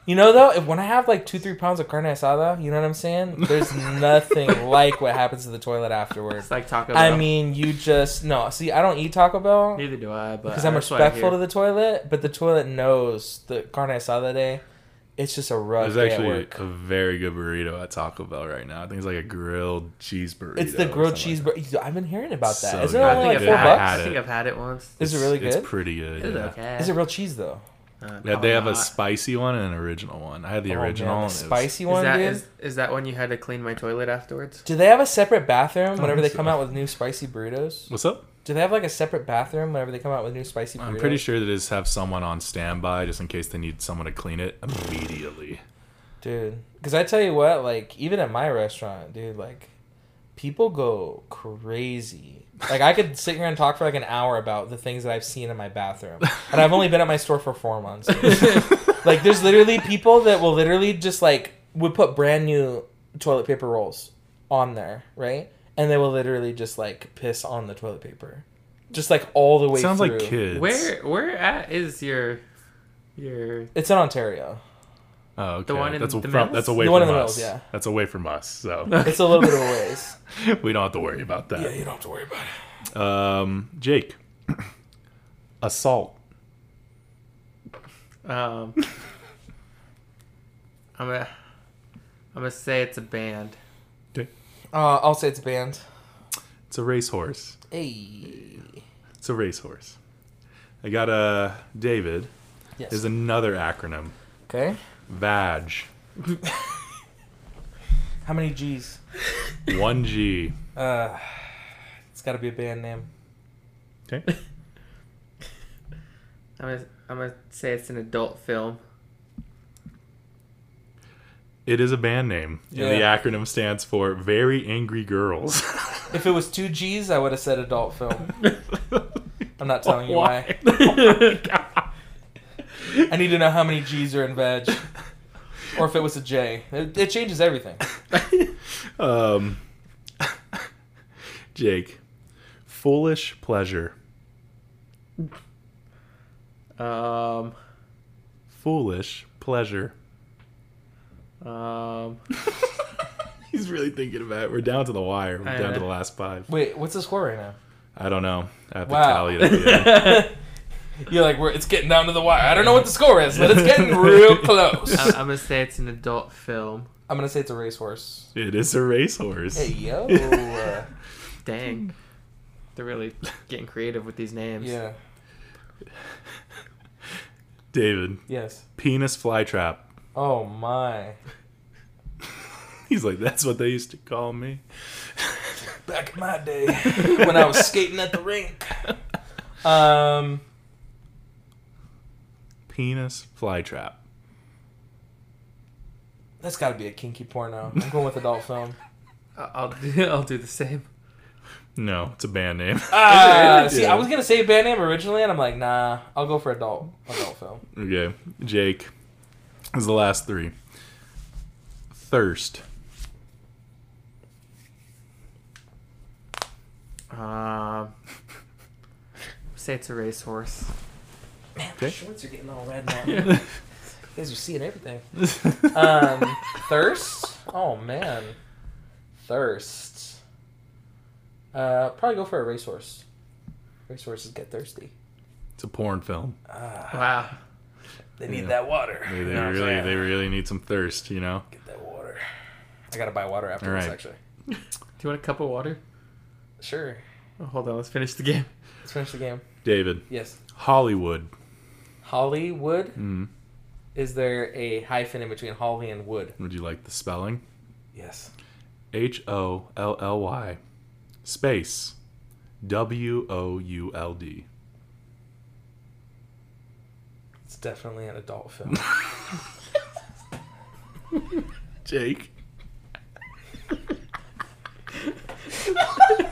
Speaker 2: You know though, if when I have like two three pounds of carne asada, you know what I'm saying? There's nothing like what happens to the toilet afterwards.
Speaker 4: It's like Taco Bell.
Speaker 2: I mean, you just no. See, I don't eat Taco Bell.
Speaker 4: neither do I, but
Speaker 2: because I'm
Speaker 4: that's what I
Speaker 2: respectful to
Speaker 4: hear.
Speaker 2: the toilet, but the toilet knows the carne asada day. It's just a rough
Speaker 1: There's
Speaker 2: day at
Speaker 1: actually
Speaker 2: work.
Speaker 1: a very good burrito at Taco Bell right now. I think it's like a grilled cheese burrito.
Speaker 2: it's the
Speaker 1: or
Speaker 2: grilled
Speaker 1: something
Speaker 2: cheese.
Speaker 1: like
Speaker 2: bur- I've been hearing about that.
Speaker 1: So
Speaker 2: not it
Speaker 1: good.
Speaker 4: I
Speaker 2: only
Speaker 4: think,
Speaker 2: like
Speaker 1: I've
Speaker 2: four
Speaker 1: had-
Speaker 2: bucks?
Speaker 1: had
Speaker 4: I think I've had it once.
Speaker 1: that.
Speaker 2: Is it really good?
Speaker 1: It's
Speaker 2: Is
Speaker 1: pretty good.
Speaker 4: It was
Speaker 1: yeah.
Speaker 4: okay.
Speaker 2: it real cheese though?
Speaker 4: Uh,
Speaker 1: Yeah, they have a
Speaker 4: probably not.
Speaker 1: spicy one and an original one. I had the
Speaker 2: Oh, man,
Speaker 1: original.
Speaker 2: the
Speaker 1: and it was-
Speaker 2: spicy
Speaker 4: Is
Speaker 2: one,
Speaker 4: that
Speaker 2: dude.
Speaker 4: is, is that when you had to clean my toilet afterwards?
Speaker 2: Do they have a separate bathroom whenever they
Speaker 1: think
Speaker 2: come
Speaker 1: so.
Speaker 2: out with new spicy burritos?
Speaker 1: What's up?
Speaker 2: Do they have like a separate bathroom whenever they come out with new spicy burritos?
Speaker 1: I'm pretty sure they just have someone on standby just in case they need someone to clean it immediately.
Speaker 2: dude. Because I tell you what, like even at my restaurant, dude, like people go crazy. Like I could sit here and talk for like an hour about the things that I've seen in my bathroom, and I've only been at my store for four months. like there's literally people that will literally just like would put brand new toilet paper rolls on there, right? And they will literally just like piss on the toilet paper, just like all the way.
Speaker 1: Sounds
Speaker 2: through.
Speaker 1: like kids.
Speaker 4: Where where at is your your
Speaker 2: It's in Ontario.
Speaker 1: Oh, okay.
Speaker 4: The one in
Speaker 1: that's
Speaker 4: the
Speaker 1: from,
Speaker 4: mills?
Speaker 1: That's away
Speaker 2: The
Speaker 1: from
Speaker 2: one in the
Speaker 1: us.
Speaker 2: mills, yeah.
Speaker 1: That's away from us. So
Speaker 2: It's a little bit of a ways.
Speaker 1: we don't have to worry about that.
Speaker 2: you don't have to worry about it.
Speaker 1: Um, Jake, assault.
Speaker 4: um I'm gonna I'm gonna say it's a band.
Speaker 2: Uh, I'll say it's banned.
Speaker 1: It's a racehorse.
Speaker 2: Hey.
Speaker 1: It's a racehorse. I got a David.
Speaker 2: Yes.
Speaker 1: Is another acronym.
Speaker 2: okay.
Speaker 1: VAG.
Speaker 2: How many G's?
Speaker 1: One G.
Speaker 2: Uh, it's got to be a band name.
Speaker 1: Okay.
Speaker 4: I'm gonna I'm gonna say it's an adult film.
Speaker 1: It is a band name, and the
Speaker 2: Yeah.
Speaker 1: acronym stands for Very Angry Girls.
Speaker 2: If it was two G's, I would have said adult film. I'm not telling you why. I need to know how many G's are in veg, or if it was a J. It, it changes everything.
Speaker 1: um, Jake, foolish pleasure.
Speaker 4: Um
Speaker 1: Foolish pleasure.
Speaker 4: um
Speaker 1: He's really thinking about it. We're down to the wire. We're
Speaker 4: I
Speaker 1: down to the
Speaker 4: know.
Speaker 1: last five.
Speaker 2: Wait, what's the score right now?
Speaker 1: I don't know. I have to
Speaker 2: Wow.
Speaker 1: tally it. at the end.
Speaker 2: You're like, we're, it's getting down to the wire. I don't know what the score is, but it's getting real close.
Speaker 4: I'm, I'm gonna say it's an adult film.
Speaker 2: I'm gonna say it's a racehorse.
Speaker 1: it is a racehorse.
Speaker 2: Hey yo, uh,
Speaker 4: Dang, they're really getting creative with these names.
Speaker 2: yeah,
Speaker 1: David,
Speaker 2: yes.
Speaker 1: penis flytrap.
Speaker 2: Oh my.
Speaker 1: He's like, that's what they used to call me.
Speaker 2: Back in my day, when I was skating at the rink. Um,
Speaker 1: Penis flytrap.
Speaker 2: that's got to be a kinky porno. I'm going with adult film.
Speaker 4: I- I'll do, I'll do the same.
Speaker 1: No, it's a band name.
Speaker 2: Ah, see,
Speaker 1: Yeah.
Speaker 2: I was gonna say band name originally, and I'm like, nah, I'll go for adult adult film.
Speaker 1: okay, Jake. This is the last three. Thirst.
Speaker 4: Um, say it's a racehorse.
Speaker 1: Okay.
Speaker 2: Shorts are getting all red now. You guys are seeing everything. Um, thirst. Oh man, thirst. Uh, probably go for a racehorse. Racehorses get thirsty.
Speaker 1: It's a porn film.
Speaker 4: Wow.
Speaker 2: They need
Speaker 1: Yeah.
Speaker 2: that water.
Speaker 1: They, they
Speaker 2: You know what I'm
Speaker 1: really,
Speaker 2: saying?
Speaker 1: they really need some thirst, you know.
Speaker 2: get that water. I gotta buy water after this,
Speaker 1: Alright.
Speaker 2: actually.
Speaker 4: Do you want a cup of water?
Speaker 2: Sure.
Speaker 4: Oh, hold on, let's finish the game.
Speaker 2: Let's finish the game.
Speaker 1: David,
Speaker 2: Yes.
Speaker 1: Hollywood.
Speaker 2: Hollywood.
Speaker 1: Mm.
Speaker 2: Is there a hyphen in between Holly and Wood?
Speaker 1: Would you like the spelling?
Speaker 2: Yes.
Speaker 1: H O L L Y space W O U L D.
Speaker 2: It's definitely an adult film.
Speaker 1: Jake.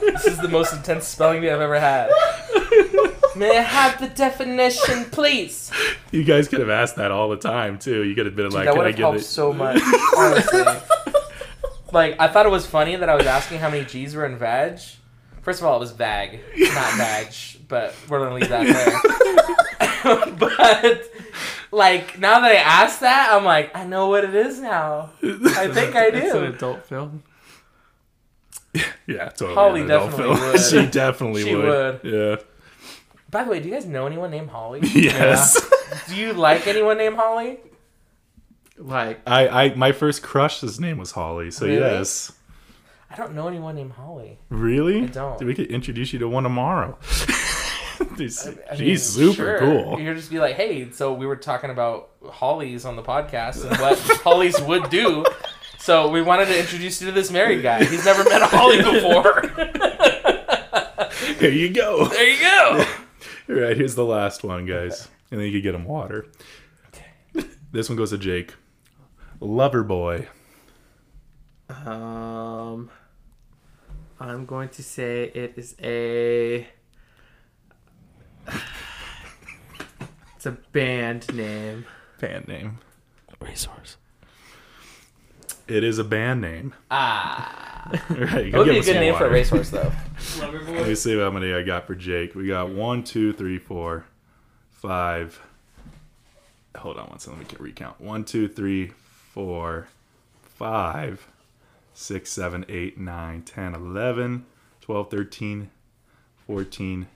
Speaker 2: this is the most intense spelling bee I've ever had. May I have the definition, please?
Speaker 1: You guys could have asked that all the time too. You could have been like,
Speaker 2: that
Speaker 1: "Can
Speaker 2: would
Speaker 1: I
Speaker 2: have
Speaker 1: get
Speaker 2: helped
Speaker 1: it?"
Speaker 2: so much, honestly. like, I thought it was funny that I was asking how many G's were in vag. First of all, it was vag, not vag, but we're gonna leave that there. but, like, now that I asked that, I'm like, I know what it is now. I think I
Speaker 4: It's an
Speaker 2: do.
Speaker 4: adult film.
Speaker 1: yeah, totally.
Speaker 2: Holly
Speaker 1: an adult
Speaker 2: definitely
Speaker 1: film.
Speaker 2: would.
Speaker 1: she definitely
Speaker 2: She
Speaker 1: would.
Speaker 2: By the way, do you guys know anyone named Holly?
Speaker 1: Yeah. Yes.
Speaker 2: Do you like anyone named Holly?
Speaker 4: Like,
Speaker 1: I, I my first crush's name was Holly, so
Speaker 2: Really?
Speaker 1: yes.
Speaker 2: I don't know anyone named Holly.
Speaker 1: Really?
Speaker 2: don't.
Speaker 1: We could introduce you to one tomorrow. She's
Speaker 2: I mean,
Speaker 1: she's super
Speaker 2: sure.
Speaker 1: cool.
Speaker 2: You'd just be like, hey, so we were talking about Hollies on the podcast and what Hollies would do. So we wanted to introduce you to this married guy. He's never met a Holly before.
Speaker 1: Here you go.
Speaker 2: there you go.
Speaker 1: All right, here's the last one, guys. And then you can get him water. This one goes to Jake. Lover boy.
Speaker 4: um, I'm going to say it is a. It's a band name.
Speaker 1: Band name.
Speaker 2: Resource.
Speaker 1: It is a band name.
Speaker 2: Ah.
Speaker 1: All right, you
Speaker 2: It
Speaker 1: can give
Speaker 2: would be a
Speaker 1: us
Speaker 2: good
Speaker 1: some
Speaker 2: name for a
Speaker 1: water.
Speaker 2: racehorse, though.
Speaker 1: Let me see how many I got for Jake. We got one, two, three, four, five. Hold on one second. Let me get- recount. One, two, three, four, five, six, seven, eight, nine, ten, eleven, twelve, thirteen, fourteen,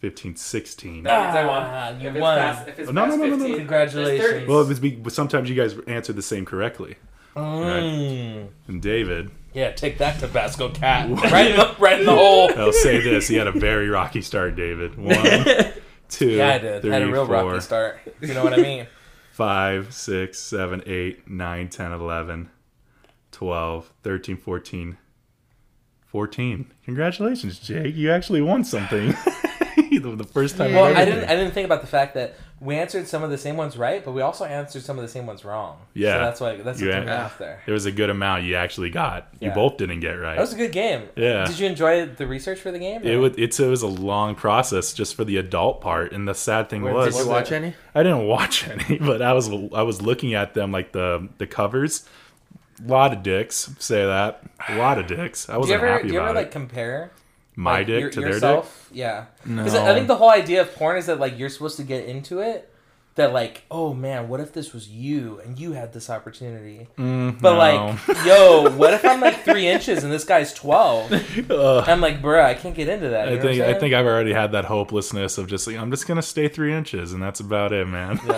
Speaker 1: fifteen, sixteen.
Speaker 2: Ah, you won.
Speaker 1: No, no, no, no, no, no.
Speaker 2: Congratulations.
Speaker 1: Well, it was be, but sometimes you guys answered the same correctly.
Speaker 2: Mm.
Speaker 1: And David,
Speaker 2: Yeah, take that Tabasco cat. right, in the, right in the hole.
Speaker 1: I'll say this: he had a very rocky start. David, one, two,
Speaker 2: Yeah, I did. I had a
Speaker 1: three,
Speaker 2: real
Speaker 1: four,
Speaker 2: rocky start. You know what I mean?
Speaker 1: five, six, seven, eight, nine, 10, 11, 12, 13, 14, 14. Congratulations, Jake. You actually won something. the the first time
Speaker 2: Well,
Speaker 1: ever
Speaker 2: I
Speaker 1: did
Speaker 2: didn't.
Speaker 1: it.
Speaker 2: I didn't think about the fact that we answered some of the same ones right, but we also answered some of the same ones wrong.
Speaker 1: Yeah.
Speaker 2: so that's why that's what
Speaker 1: You
Speaker 2: took me
Speaker 1: an-
Speaker 2: off there.
Speaker 1: There was a good amount you actually got. You
Speaker 2: Yeah.
Speaker 1: both didn't get right.
Speaker 2: That was a good game.
Speaker 1: Yeah.
Speaker 2: Did you enjoy the research for the game?
Speaker 1: it
Speaker 2: or-
Speaker 1: was, it's, it was a long process just for the adult part, and the sad thing
Speaker 2: Wait,
Speaker 1: was
Speaker 4: Did you
Speaker 2: Was
Speaker 4: watch
Speaker 2: it-
Speaker 4: any?
Speaker 1: I didn't watch any, but I was I was looking at them like the the covers. A lot of dicks say that. A lot of dicks. I
Speaker 2: Do you
Speaker 1: wasn't
Speaker 2: ever?
Speaker 1: happy
Speaker 2: Do you
Speaker 1: about
Speaker 2: ever
Speaker 1: it.
Speaker 2: like compare
Speaker 1: My
Speaker 2: like,
Speaker 1: dick
Speaker 2: your-
Speaker 1: to their dick.
Speaker 2: yourself? Yeah. Because I
Speaker 1: No.
Speaker 2: think the whole idea of porn is that like you're supposed to get into it, that like, oh man, what if this was you and you had this opportunity?
Speaker 1: Mm,
Speaker 2: But
Speaker 1: no.
Speaker 2: like, yo, what if I'm like three inches and this guy's twelve?
Speaker 1: Ugh.
Speaker 2: I'm like, bruh, I can't get into that. You
Speaker 1: I
Speaker 2: know what I'm
Speaker 1: think I
Speaker 2: saying?
Speaker 1: think I've already had that hopelessness of just like I'm just gonna stay three inches and that's about it, man.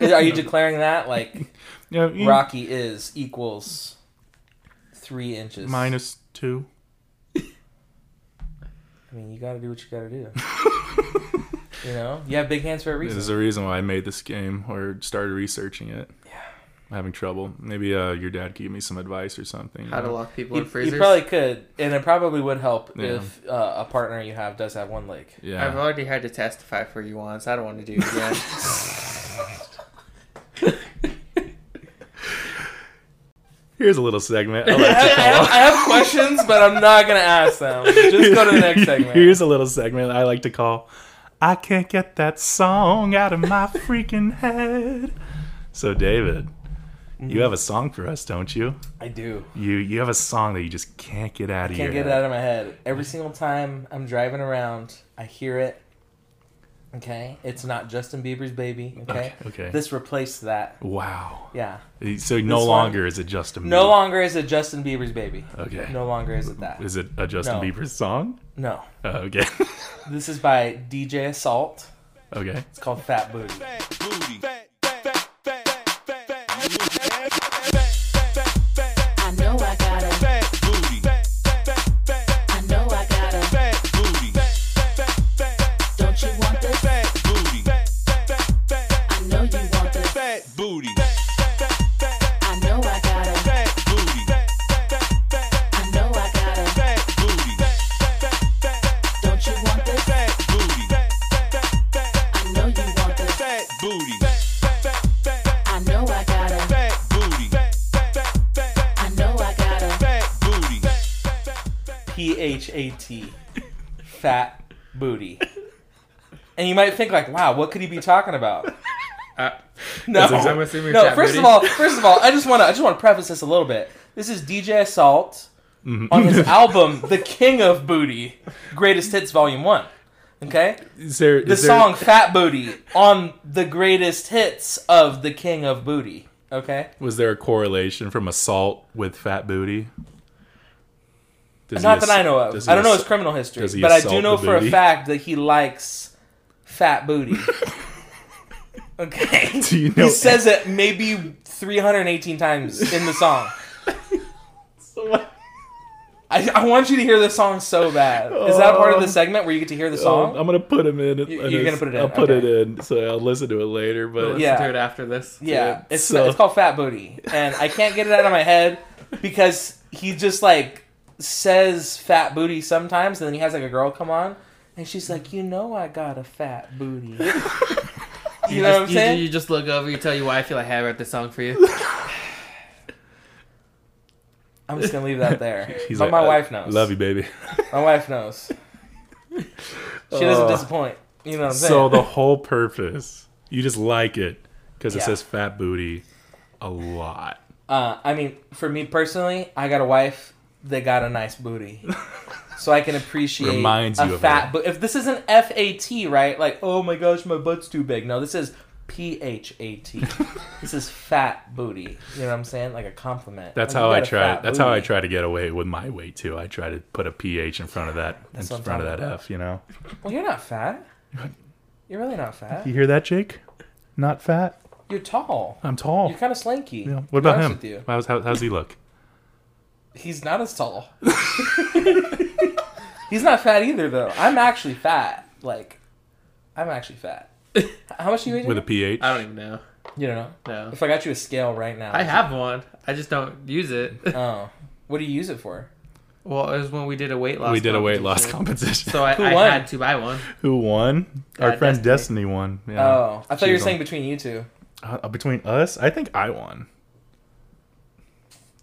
Speaker 2: Yeah. Are you declaring that like
Speaker 1: Yeah, you-
Speaker 2: Rocky is equals three inches?
Speaker 1: minus two.
Speaker 2: I mean, you got to do what you got to do. you know, you have big hands for a reason.
Speaker 1: There's a reason why I made this game or started researching it. Yeah, I'm having trouble. Maybe uh, your dad could give me some advice or something. you
Speaker 4: How to
Speaker 1: know?
Speaker 4: lock people
Speaker 2: You,
Speaker 4: in freezers.
Speaker 2: you probably could, and it probably would help
Speaker 1: Yeah.
Speaker 2: if uh, a partner you have does have one leg.
Speaker 1: yeah,
Speaker 4: I've already had to testify for you once. I don't want to do it again.
Speaker 1: here's a little segment.
Speaker 2: I, have, I have questions, but I'm not gonna ask them. Just go to the next segment.
Speaker 1: Here's a little segment I like to call I Can't Get That Song Out of My Freaking Head. So David, you have a song for us, don't you?
Speaker 2: I do.
Speaker 1: You you have a song that you just can't get out of
Speaker 2: Can't
Speaker 1: your
Speaker 2: get it out of my head. Every single time I'm driving around, I hear it. Okay, it's not Justin Bieber's baby. Okay,
Speaker 1: okay. Mm-hmm.
Speaker 2: This replaced that.
Speaker 1: Wow. Uh,
Speaker 2: Yeah.
Speaker 1: So no
Speaker 2: one-
Speaker 1: longer is it Justin
Speaker 2: No
Speaker 1: Bieber.
Speaker 2: longer is it Justin Bieber's baby.
Speaker 1: Okay.
Speaker 2: No longer is it that.
Speaker 1: Is it a Justin
Speaker 2: No.
Speaker 1: Bieber song?
Speaker 2: No.
Speaker 1: Uh, okay.
Speaker 2: This is by DJ Assault.
Speaker 1: okay.
Speaker 2: It's called Fat Booty.
Speaker 5: I know I gotta, I know I gotta. Don't you want this? I know you want this. I know I gotta, I know I gotta. Don't you want this? I know you want this. I know I gotta, I know I gotta.
Speaker 2: P H A T. Fat Booty. And you might think like, wow, what could he be talking about?
Speaker 4: Uh,
Speaker 2: No.
Speaker 1: That's
Speaker 4: I'm assuming
Speaker 2: no,
Speaker 4: Fat
Speaker 2: first
Speaker 4: Booty-
Speaker 2: of all, first of all, I just want to I just want to preface this a little bit. This is DJ Assault on his album The King of Booty, Greatest Hits Volume 1. Okay?
Speaker 1: Is there
Speaker 2: the song Fat Booty on the greatest hits of The King of Booty, okay?
Speaker 1: was there a correlation from assault with fat booty? Does he
Speaker 2: Not that
Speaker 1: ass-
Speaker 2: I know of.
Speaker 1: does
Speaker 2: I
Speaker 1: he
Speaker 2: don't know
Speaker 1: ass-
Speaker 2: his criminal history,
Speaker 1: does he
Speaker 2: but I do
Speaker 1: assault
Speaker 2: know
Speaker 1: the
Speaker 2: for a
Speaker 1: booty?
Speaker 2: fact that he likes fat booty. okay.
Speaker 1: Do you know
Speaker 2: he says it maybe 318 times in the song. I, I want you to hear the song so bad. Is that part of the
Speaker 1: Um,
Speaker 2: segment where you get to hear the
Speaker 1: Oh,
Speaker 2: song?
Speaker 1: I'm gonna put him in.
Speaker 2: You- you're gonna put it in,
Speaker 1: I'll put
Speaker 2: okay.
Speaker 1: it in, so I'll listen to it later. But
Speaker 4: Listen
Speaker 2: Yeah.
Speaker 4: to it after this.
Speaker 2: yeah, it's
Speaker 1: so-
Speaker 2: it's called Fat Booty, and I can't get it out of my head because he just like says fat booty sometimes, and then he has like a girl come on, and she's like, you know, I got a fat booty. you know
Speaker 4: You,
Speaker 2: what I'm
Speaker 4: just, you-
Speaker 2: saying?
Speaker 4: you just look over, you tell you why I feel like I wrote this song for you.
Speaker 2: I'm just gonna leave that there.
Speaker 1: he's
Speaker 2: but
Speaker 1: like,
Speaker 2: my
Speaker 1: "I
Speaker 2: wife knows.
Speaker 1: Love you, baby.
Speaker 2: My wife knows. She doesn't
Speaker 1: Uh,
Speaker 2: disappoint. You know what I'm saying?
Speaker 1: So the whole purpose, you just like it because
Speaker 2: Yeah.
Speaker 1: it says fat booty a lot.
Speaker 2: Uh, I mean, for me personally, I got a wife that got a nice booty, so I can appreciate
Speaker 1: Reminds
Speaker 2: a
Speaker 1: you of
Speaker 2: fat.
Speaker 1: her.
Speaker 2: But if this isn't F A T, right? Like, oh my gosh, my butt's too big. No, this is P H A T. This is fat booty. You know what I'm saying? Like a compliment.
Speaker 1: That's
Speaker 2: Like,
Speaker 1: how
Speaker 2: you
Speaker 1: I
Speaker 2: got a
Speaker 1: try.
Speaker 2: fat
Speaker 1: That's how I
Speaker 2: booty.
Speaker 1: try to get away with my weight too. I try to put a ph in front of that,
Speaker 2: That's
Speaker 1: in
Speaker 2: what I'm
Speaker 1: front of that
Speaker 2: talking about.
Speaker 1: f. You know.
Speaker 2: Well, you're not fat. You're really not fat.
Speaker 1: You hear that, Jake? Not fat.
Speaker 2: You're tall.
Speaker 1: I'm tall.
Speaker 2: You're kind of slanky.
Speaker 1: Yeah.
Speaker 2: to be
Speaker 1: What about
Speaker 2: honest
Speaker 1: him?
Speaker 2: with you.
Speaker 1: How's, how, how's he look?
Speaker 2: He's not as tall. He's not fat either, though. I'm actually fat. Like, I'm actually fat. How much you weigh?
Speaker 1: With a
Speaker 2: Jacob?
Speaker 1: ph?
Speaker 4: I don't even know.
Speaker 2: you don't know.
Speaker 4: No.
Speaker 2: If I got you a scale right now,
Speaker 4: I have one. I just don't use it.
Speaker 2: Oh, what do you use it for?
Speaker 4: Well, it was when we did a weight loss.
Speaker 1: we did a weight loss
Speaker 4: competition.
Speaker 1: competition.
Speaker 4: So I,
Speaker 2: Who
Speaker 4: I
Speaker 2: won?
Speaker 4: had to buy one.
Speaker 1: Who won? Our
Speaker 4: Uh,
Speaker 1: friend
Speaker 4: Destiny.
Speaker 1: Destiny, won. Yeah.
Speaker 2: Oh, I thought you were
Speaker 1: Choose
Speaker 2: saying
Speaker 1: one.
Speaker 2: between you two.
Speaker 1: Uh, between us, I think I won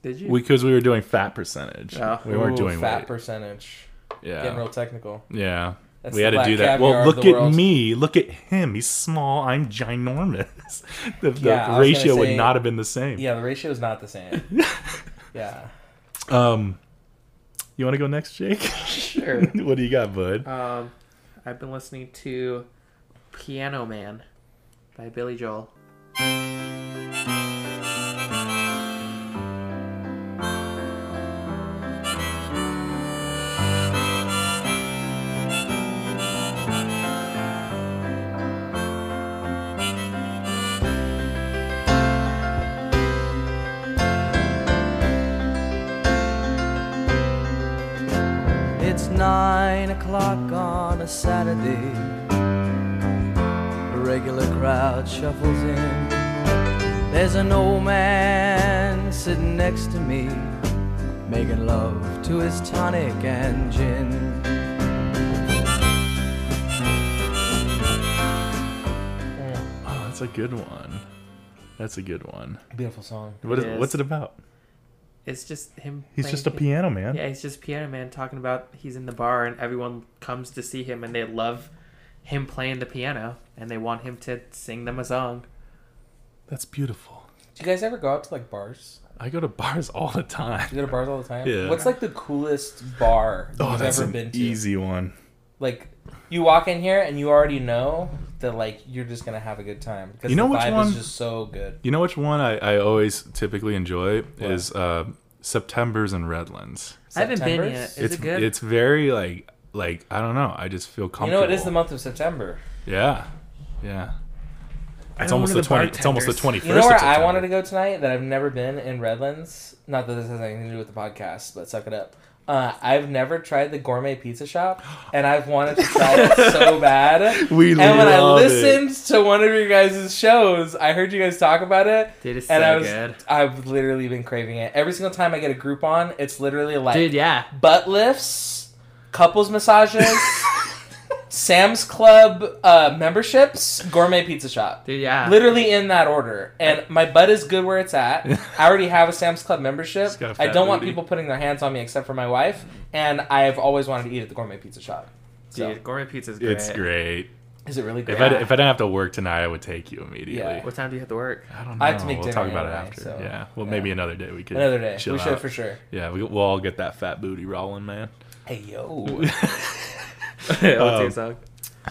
Speaker 4: Did you?
Speaker 1: because we were doing fat percentage.
Speaker 4: Oh.
Speaker 1: We weren't
Speaker 2: Ooh,
Speaker 1: doing
Speaker 2: fat
Speaker 1: weight.
Speaker 2: percentage. Getting
Speaker 1: yeah,
Speaker 2: real technical.
Speaker 1: yeah.
Speaker 2: That's
Speaker 1: we
Speaker 2: the
Speaker 1: had to
Speaker 2: black
Speaker 1: do that.
Speaker 2: caviar
Speaker 1: Well,
Speaker 2: of
Speaker 1: look
Speaker 2: the
Speaker 1: at
Speaker 2: world.
Speaker 1: me. Look at him. He's small. I'm ginormous. the the
Speaker 2: Yeah, I was gonna
Speaker 1: ratio
Speaker 2: say-
Speaker 1: would not have been the same.
Speaker 2: Yeah, the ratio is not the same. yeah.
Speaker 1: Um, you want to go next, Jake?
Speaker 4: Sure.
Speaker 1: what do you got, bud? Oh,
Speaker 4: Um, I've been listening to Piano Man by Billy Joel.
Speaker 6: It's nine o'clock on a Saturday. The regular crowd shuffles in. There's an old man sitting next to me, making love to his tonic and gin.
Speaker 1: Oh, that's a good one. That's a good one.
Speaker 2: Beautiful song.
Speaker 1: What is,
Speaker 4: It is.
Speaker 1: what's it about?
Speaker 4: It's just him.
Speaker 1: He's
Speaker 4: playing
Speaker 1: just a
Speaker 4: pi-
Speaker 1: piano man.
Speaker 4: Yeah, he's just piano man talking about he's in the bar and everyone comes to see him and they love him playing the piano and they want him to sing them a song.
Speaker 1: That's beautiful.
Speaker 2: Do you guys ever go out to like bars?
Speaker 1: I go to bars all the time.
Speaker 2: You go to bars all the time.
Speaker 1: Yeah.
Speaker 2: What's like the coolest bar that
Speaker 1: Oh,
Speaker 2: you've
Speaker 1: that's
Speaker 2: ever
Speaker 1: an
Speaker 2: been to?
Speaker 1: easy one.
Speaker 2: Like, you walk in here and you already know that like you're just gonna have a good time because
Speaker 1: You know
Speaker 2: the
Speaker 1: which
Speaker 2: vibe
Speaker 1: one-
Speaker 2: is just so good.
Speaker 1: You know which one I, I always typically enjoy
Speaker 2: What?
Speaker 1: is uh, September's and Redlands.
Speaker 4: I haven't been
Speaker 2: September's?
Speaker 4: yet. Is
Speaker 1: it's
Speaker 4: it good?
Speaker 1: it's very like like I don't know. I just feel
Speaker 2: You
Speaker 1: comfortable.
Speaker 2: know, it is the month of September.
Speaker 1: Yeah, yeah.
Speaker 4: I
Speaker 1: It's
Speaker 4: know
Speaker 1: almost
Speaker 4: one
Speaker 1: the
Speaker 4: of
Speaker 1: twenty. It's almost the
Speaker 4: bartenders-
Speaker 1: twenty first.
Speaker 2: You know where I wanted to go tonight that I've never been in Redlands? Not that this has anything to do with the podcast, but suck it up. Uh, I've never tried the gourmet pizza shop, and I've wanted to try it so bad.
Speaker 1: We
Speaker 2: and when I
Speaker 1: love it.
Speaker 2: listened to one of your guys' shows, I heard you guys talk about it,
Speaker 4: Dude, it's so
Speaker 2: and I was
Speaker 4: good.
Speaker 2: I've literally been craving it. Every single time I get a group on, it's literally like
Speaker 4: Dude, yeah.
Speaker 2: butt lifts, couples massages, Sam's Club uh, memberships, gourmet pizza shop.
Speaker 4: Dude, yeah.
Speaker 2: Literally in that order. And my butt is good where it's at. I already have a Sam's Club membership.
Speaker 1: She's got a
Speaker 2: I
Speaker 1: fat
Speaker 2: don't want
Speaker 1: booty.
Speaker 2: people putting their hands on me except for my wife. And I've always wanted to eat at the gourmet pizza shop. So,
Speaker 4: Dude, gourmet pizza's great.
Speaker 1: It's great.
Speaker 2: is it really
Speaker 1: If
Speaker 2: great?
Speaker 1: I if I didn't have to work tonight, I would take you immediately.
Speaker 2: Yeah.
Speaker 4: What time do you have to work?
Speaker 1: I don't know.
Speaker 2: I have to make
Speaker 1: we'll
Speaker 2: dinner
Speaker 1: talk about
Speaker 2: anyway,
Speaker 1: it after.
Speaker 2: so-
Speaker 1: yeah. Well,
Speaker 2: yeah.
Speaker 1: maybe another day we could.
Speaker 2: Another day.
Speaker 1: Chill
Speaker 2: we should
Speaker 1: out.
Speaker 2: for sure.
Speaker 1: Yeah, we, we'll all get that fat booty rolling, man.
Speaker 2: Hey, yo.
Speaker 4: What's your
Speaker 1: Um,
Speaker 4: song?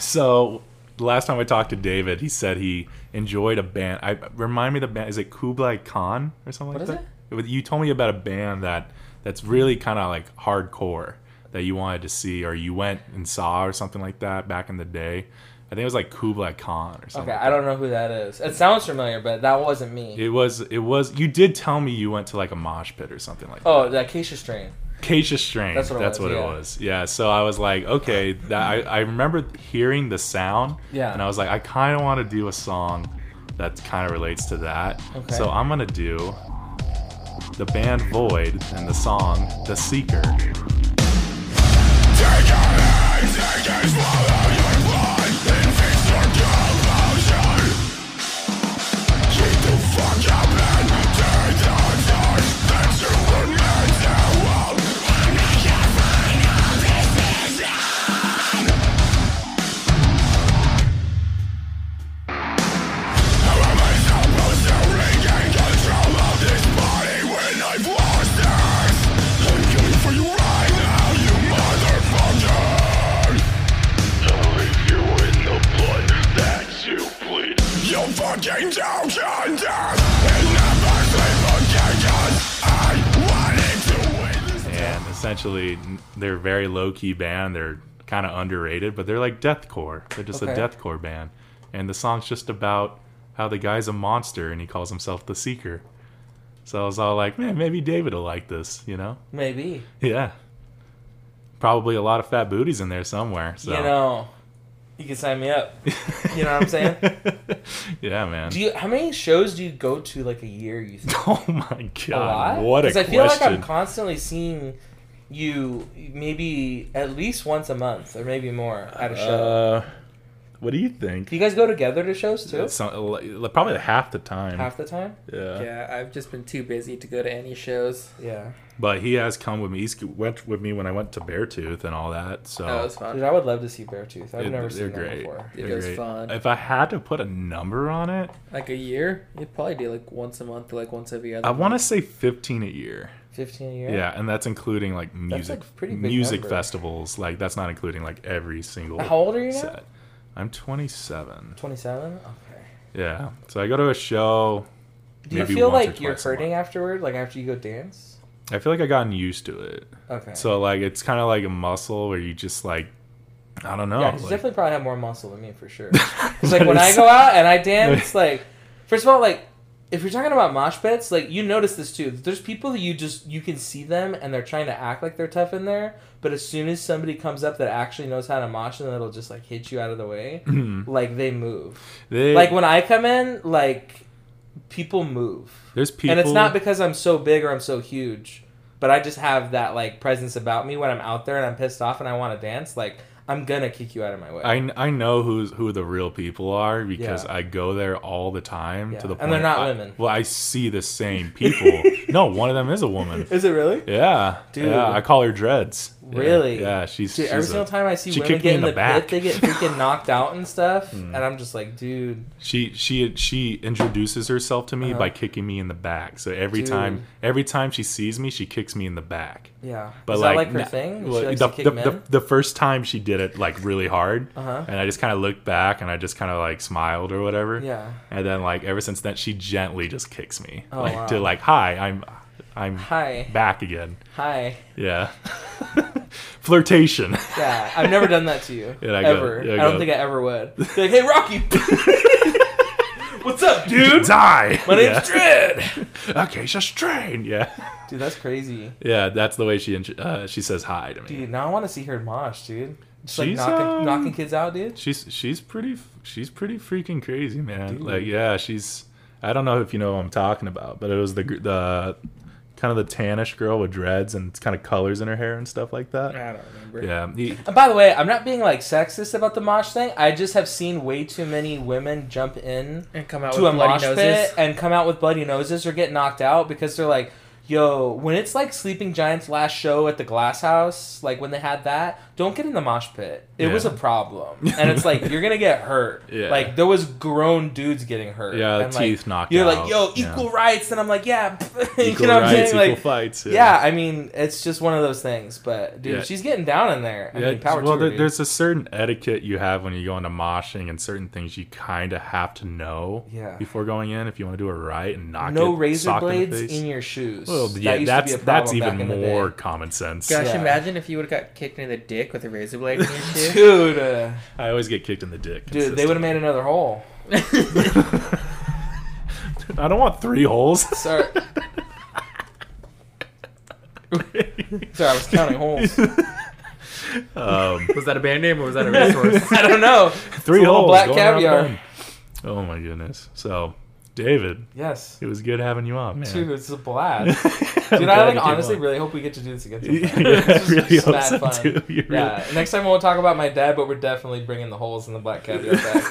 Speaker 1: So the last time I talked to David, he said he enjoyed a band. I remind me of the band. Is it Kublai Khan or something
Speaker 2: What
Speaker 1: like
Speaker 2: is
Speaker 1: that? It? You told me about a band that that's really kind of like hardcore that you wanted to see or you went and saw or something like that back in the day. I think it was like Kublai Khan or something.
Speaker 2: Okay,
Speaker 1: like
Speaker 2: I don't know who that is. It sounds familiar, but that wasn't me.
Speaker 1: It was. It was. You did tell me you went to like a mosh pit or something like that.
Speaker 2: Oh, the Acacia Strain.
Speaker 1: Acacia Strain.
Speaker 2: That's
Speaker 1: That's
Speaker 2: what
Speaker 1: what,
Speaker 2: it was,
Speaker 1: it
Speaker 2: yeah.
Speaker 1: was. Yeah. So I was like, okay. That, I I remember hearing the sound.
Speaker 2: Yeah.
Speaker 1: And I was like, I kind of want to do a song that kind of relates to that.
Speaker 2: Okay.
Speaker 1: So I'm gonna do the band Void and the song The Seeker. And essentially, they're a very low key band. They're kind of underrated, but they're like deathcore. They're just a
Speaker 2: Okay.
Speaker 1: deathcore band. And the song's just about how the guy's a monster and he calls himself The Seeker. So I was all like, man, maybe David will like this, you know?
Speaker 2: Maybe.
Speaker 1: Yeah. Probably a lot of fat booties in there somewhere. So.
Speaker 2: You know, you can sign me up. you know what I'm saying?
Speaker 1: yeah, man.
Speaker 2: Do you how many shows do you go to like a year? You think
Speaker 1: oh my god!
Speaker 2: a lot?
Speaker 1: What a
Speaker 2: I
Speaker 1: question!
Speaker 2: feel like I'm constantly seeing you maybe at least once a month or maybe more at a show.
Speaker 1: uh, what do you think?
Speaker 2: do you guys go together to shows too?
Speaker 1: It's not- li- probably half the time.
Speaker 2: Half the time.
Speaker 1: yeah.
Speaker 4: Yeah, I've just been too busy to go to any shows.
Speaker 2: Yeah,
Speaker 1: But he has come with me. He's went with me when I went to Beartooth and all that. So
Speaker 4: That was fun.
Speaker 2: dude, I would love to see Beartooth. Oh, I've
Speaker 1: Uh, It-
Speaker 2: never
Speaker 1: they're
Speaker 2: seen that
Speaker 1: great.
Speaker 2: before.
Speaker 4: It
Speaker 1: They're
Speaker 4: was
Speaker 1: great.
Speaker 4: fun.
Speaker 1: If I had to put a number on it,
Speaker 4: Like a year? You'd probably do like once a month, like once every other
Speaker 1: I want to say 15 a year.
Speaker 2: Fifteen a year.
Speaker 1: Yeah. and that's including like music
Speaker 2: a pretty big
Speaker 1: music
Speaker 2: number.
Speaker 1: festivals. Like that's not including like every single
Speaker 2: How old are you now?
Speaker 1: set. I'm 27.
Speaker 2: Twenty-seven. Okay.
Speaker 1: Yeah. So I go to a show.
Speaker 2: Do you
Speaker 1: maybe
Speaker 2: feel
Speaker 1: once or
Speaker 2: like you're
Speaker 1: twice a month.
Speaker 2: hurting afterward? Like after you go dance?
Speaker 1: I feel like I gotten used to it.
Speaker 2: Okay.
Speaker 1: So like it's kind of like a muscle where you just like I don't know.
Speaker 2: yeah, 'cause you
Speaker 1: like-
Speaker 2: definitely probably have more muscle than me for sure. It's like when I go out and I dance, like first of all, like if you're talking about mosh pits, like you notice this too. There's people that you just you can see them and they're trying to act like they're tough in there, but as soon as somebody comes up that actually knows how to mosh and that'll just like hit you out of the way, like they move.
Speaker 1: They-
Speaker 2: Like when I come in, like people move.
Speaker 1: there's people
Speaker 2: And it's not because I'm so big or I'm so huge, but I just have that like presence about me when I'm out there and I'm pissed off and I want to dance. Like I'm gonna kick you out of my way.
Speaker 1: I, I know who's who the real people are because
Speaker 2: Yeah.
Speaker 1: I go there all the time
Speaker 2: Yeah.
Speaker 1: to the
Speaker 2: And
Speaker 1: point
Speaker 2: they're not
Speaker 1: I-
Speaker 2: women.
Speaker 1: Well, I see the same people. no, one of them is a woman.
Speaker 2: Is it really?
Speaker 1: Yeah,
Speaker 2: Dude.
Speaker 1: yeah. I call her dreads. Yeah,
Speaker 2: Really?
Speaker 1: Yeah, she's,
Speaker 2: Dude,
Speaker 1: she's
Speaker 2: every
Speaker 1: a-
Speaker 2: single time I see
Speaker 1: she
Speaker 2: women
Speaker 1: kicked me
Speaker 2: get in
Speaker 1: in
Speaker 2: the,
Speaker 1: the
Speaker 2: pit,
Speaker 1: back. Hmm.
Speaker 2: they get freaking knocked out and stuff, and I'm just like, dude,
Speaker 1: She she she introduces herself to me
Speaker 2: Uh-huh.
Speaker 1: by kicking me in the back. So every
Speaker 2: Dude.
Speaker 1: time every time she sees me, she kicks me in the back.
Speaker 2: yeah.
Speaker 1: But
Speaker 2: Is
Speaker 1: like,
Speaker 2: that like her
Speaker 1: na-
Speaker 2: thing?
Speaker 1: well,
Speaker 2: she likes
Speaker 1: the,
Speaker 2: to kick
Speaker 1: the,
Speaker 2: men.
Speaker 1: the, the first time she did it like really hard,
Speaker 2: Uh-huh.
Speaker 1: and I just kind of looked back and I just kind of like smiled or whatever.
Speaker 2: Yeah.
Speaker 1: And then like ever since then, she gently just kicks me
Speaker 2: Oh,
Speaker 1: like
Speaker 2: wow.
Speaker 1: to like hi, I'm I'm
Speaker 2: Hi,
Speaker 1: back again.
Speaker 2: hi.
Speaker 1: Yeah. Flirtation.
Speaker 2: Yeah, I've never done that to you
Speaker 1: Yeah, I go-
Speaker 2: ever.
Speaker 1: yeah, I
Speaker 2: I don't
Speaker 1: go-
Speaker 2: think I ever would. Be like, hey, Rocky, what's up, dude?
Speaker 1: Die.
Speaker 2: My
Speaker 1: Yeah.
Speaker 2: name's Dread.
Speaker 1: Okay, just train. Yeah.
Speaker 2: Dude, that's crazy.
Speaker 1: Yeah, that's the way she int- uh, she says hi to me.
Speaker 2: Dude, now I want to see her in mosh, dude. Just like
Speaker 1: She's,
Speaker 2: knocking,
Speaker 1: um,
Speaker 2: knocking kids out, dude.
Speaker 1: She's she's pretty f- she's pretty freaking crazy, man. Like yeah, she's I don't know if you know what I'm talking about, but it was the gr- the kind of the tannish girl with dreads and kind of colors in her hair and stuff like that.
Speaker 4: I don't remember.
Speaker 1: Yeah, e- he-
Speaker 2: And by the way, I'm not being like sexist about the mosh thing. I just have seen way too many women jump in
Speaker 4: And come out
Speaker 2: to a
Speaker 4: with
Speaker 2: mosh
Speaker 4: bloody
Speaker 2: pit
Speaker 4: noses.
Speaker 2: and come out with bloody noses or get knocked out because they're like, yo, when it's like Sleeping Giant's last show at the Glass House, like when they had that, don't get in the mosh pit. It was a
Speaker 1: Yeah.
Speaker 2: problem. And it's like, you're going to get hurt.
Speaker 1: Yeah.
Speaker 2: Like, there was grown dudes getting hurt.
Speaker 1: Yeah,
Speaker 2: and,
Speaker 1: teeth
Speaker 2: like,
Speaker 1: knocked
Speaker 2: You're
Speaker 1: out.
Speaker 2: like, yo,
Speaker 1: Yeah.
Speaker 2: equal rights. And I'm like, yeah.
Speaker 1: equal
Speaker 2: you know what I'm
Speaker 1: rights,
Speaker 2: saying?
Speaker 1: equal
Speaker 2: Like,
Speaker 1: fights.
Speaker 2: yeah, I mean, it's just one of those things. But dude,
Speaker 1: Yeah.
Speaker 2: she's getting down in there. I
Speaker 1: Yeah,
Speaker 2: mean, power
Speaker 1: well,
Speaker 2: to her,
Speaker 1: there,
Speaker 2: dude.
Speaker 1: there's a certain etiquette you have when you go into moshing, and certain things you kind of have to know
Speaker 2: Yeah.
Speaker 1: before going in if you want to do it right and not
Speaker 2: no
Speaker 1: get
Speaker 2: razor
Speaker 1: socked in the
Speaker 2: blades
Speaker 1: face.
Speaker 2: in, your shoes.
Speaker 1: Well,
Speaker 2: That
Speaker 1: yeah,
Speaker 2: used to
Speaker 1: that's
Speaker 2: be a
Speaker 1: that's
Speaker 2: problem back
Speaker 1: even
Speaker 2: in the
Speaker 1: more
Speaker 2: day.
Speaker 1: common sense.
Speaker 4: Gosh,
Speaker 2: Yeah.
Speaker 4: imagine if you would have got kicked in the dick with a razor blade in your shoe.
Speaker 2: Dude, uh,
Speaker 1: I always get kicked in the dick.
Speaker 2: dude, they would have made another hole.
Speaker 1: consistently. I don't want three holes.
Speaker 2: Sorry, sorry, I was counting holes.
Speaker 1: um,
Speaker 4: Was that a band name or was that a resource?
Speaker 2: I don't know.
Speaker 1: three
Speaker 2: little
Speaker 1: holes.
Speaker 2: black
Speaker 1: going around the
Speaker 2: caviar.
Speaker 1: bend. Oh my goodness. So, David,
Speaker 2: Yes,
Speaker 1: it was good having you on, man.
Speaker 2: dude, it's a blast.
Speaker 1: I'm
Speaker 2: Dude, I
Speaker 1: glad
Speaker 2: like
Speaker 1: you came
Speaker 2: honestly
Speaker 1: on.
Speaker 2: really hope we get to do this again.
Speaker 1: Yeah,
Speaker 2: sometime.
Speaker 1: I
Speaker 2: This was
Speaker 1: really
Speaker 2: just
Speaker 1: hope
Speaker 2: mad
Speaker 1: so,
Speaker 2: fun.
Speaker 1: too. You really-
Speaker 2: Yeah, next time we won't talk about my dad, but we're definitely bringing the holes in the black caviar back.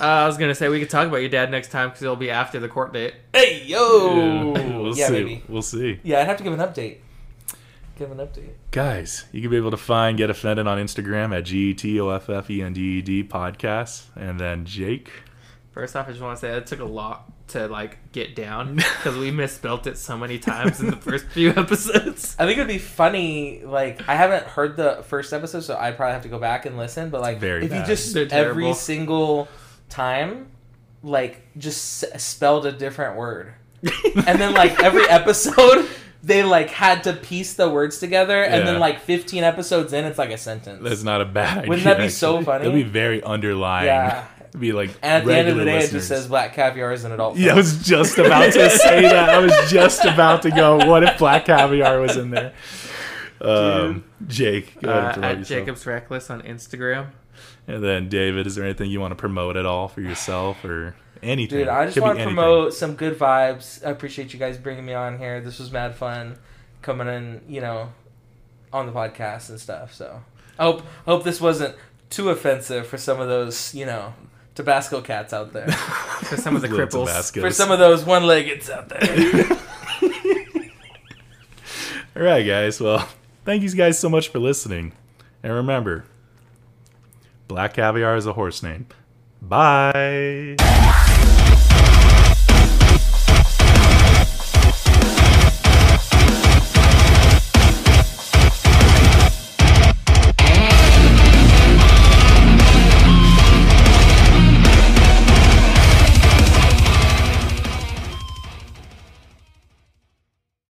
Speaker 4: uh, I was gonna say we could talk about your dad next time because it'll be after the court date.
Speaker 2: hey yo,
Speaker 1: Yeah, we'll
Speaker 2: yeah,
Speaker 1: see.
Speaker 2: maybe.
Speaker 1: We'll see.
Speaker 2: Yeah, I'd have to give an update. Give an update.
Speaker 1: Guys, you can be able to find Get Offended on Instagram at G E T O F F E N D E D podcast. And then Jake.
Speaker 4: First off, I just want to say it took a lot to like get down because we misspelt it so many times in the first few episodes.
Speaker 2: I think it'd be funny. Like I haven't heard the first episode, so I probably have to go back and listen. But like,
Speaker 1: very
Speaker 2: if
Speaker 1: bad.
Speaker 2: you just
Speaker 4: They're
Speaker 2: every
Speaker 4: terrible.
Speaker 2: single time, like just s- spelled a different word, and then like every episode, they like had to piece the words together, and
Speaker 1: Yeah.
Speaker 2: then like fifteen episodes in, it's like a sentence.
Speaker 1: That's not a bad
Speaker 2: Wouldn't
Speaker 1: idea,
Speaker 2: that be so
Speaker 1: actually.
Speaker 2: funny?
Speaker 1: It'll be very underlying.
Speaker 2: Yeah.
Speaker 1: It'd be like
Speaker 2: and at the end of the
Speaker 1: regular
Speaker 2: day,
Speaker 1: listeners.
Speaker 2: it just says black caviar is an adult.
Speaker 1: Yeah, I was just about to say that. I was just about to go. What if black caviar was in there? Um, Jake, go ahead and
Speaker 4: Uh,
Speaker 1: promote
Speaker 4: at
Speaker 1: yourself.
Speaker 4: Jacob's Reckless on Instagram.
Speaker 1: And then David, is there anything you want to promote at all for yourself or anything?
Speaker 2: Dude, I just
Speaker 1: Could be
Speaker 2: want to
Speaker 1: anything.
Speaker 2: promote some good vibes. I appreciate you guys bringing me on here. This was mad fun coming in, you know, on the podcast and stuff. So I hope I hope this wasn't too offensive for some of those, you know, Tabasco cats out there.
Speaker 4: For some of the
Speaker 1: Little
Speaker 4: cripples.
Speaker 1: Tabascos.
Speaker 2: for some of those one leggeds out there.
Speaker 1: All right, guys. Well, thank you guys so much for listening. And remember, black caviar is a horse name. Bye.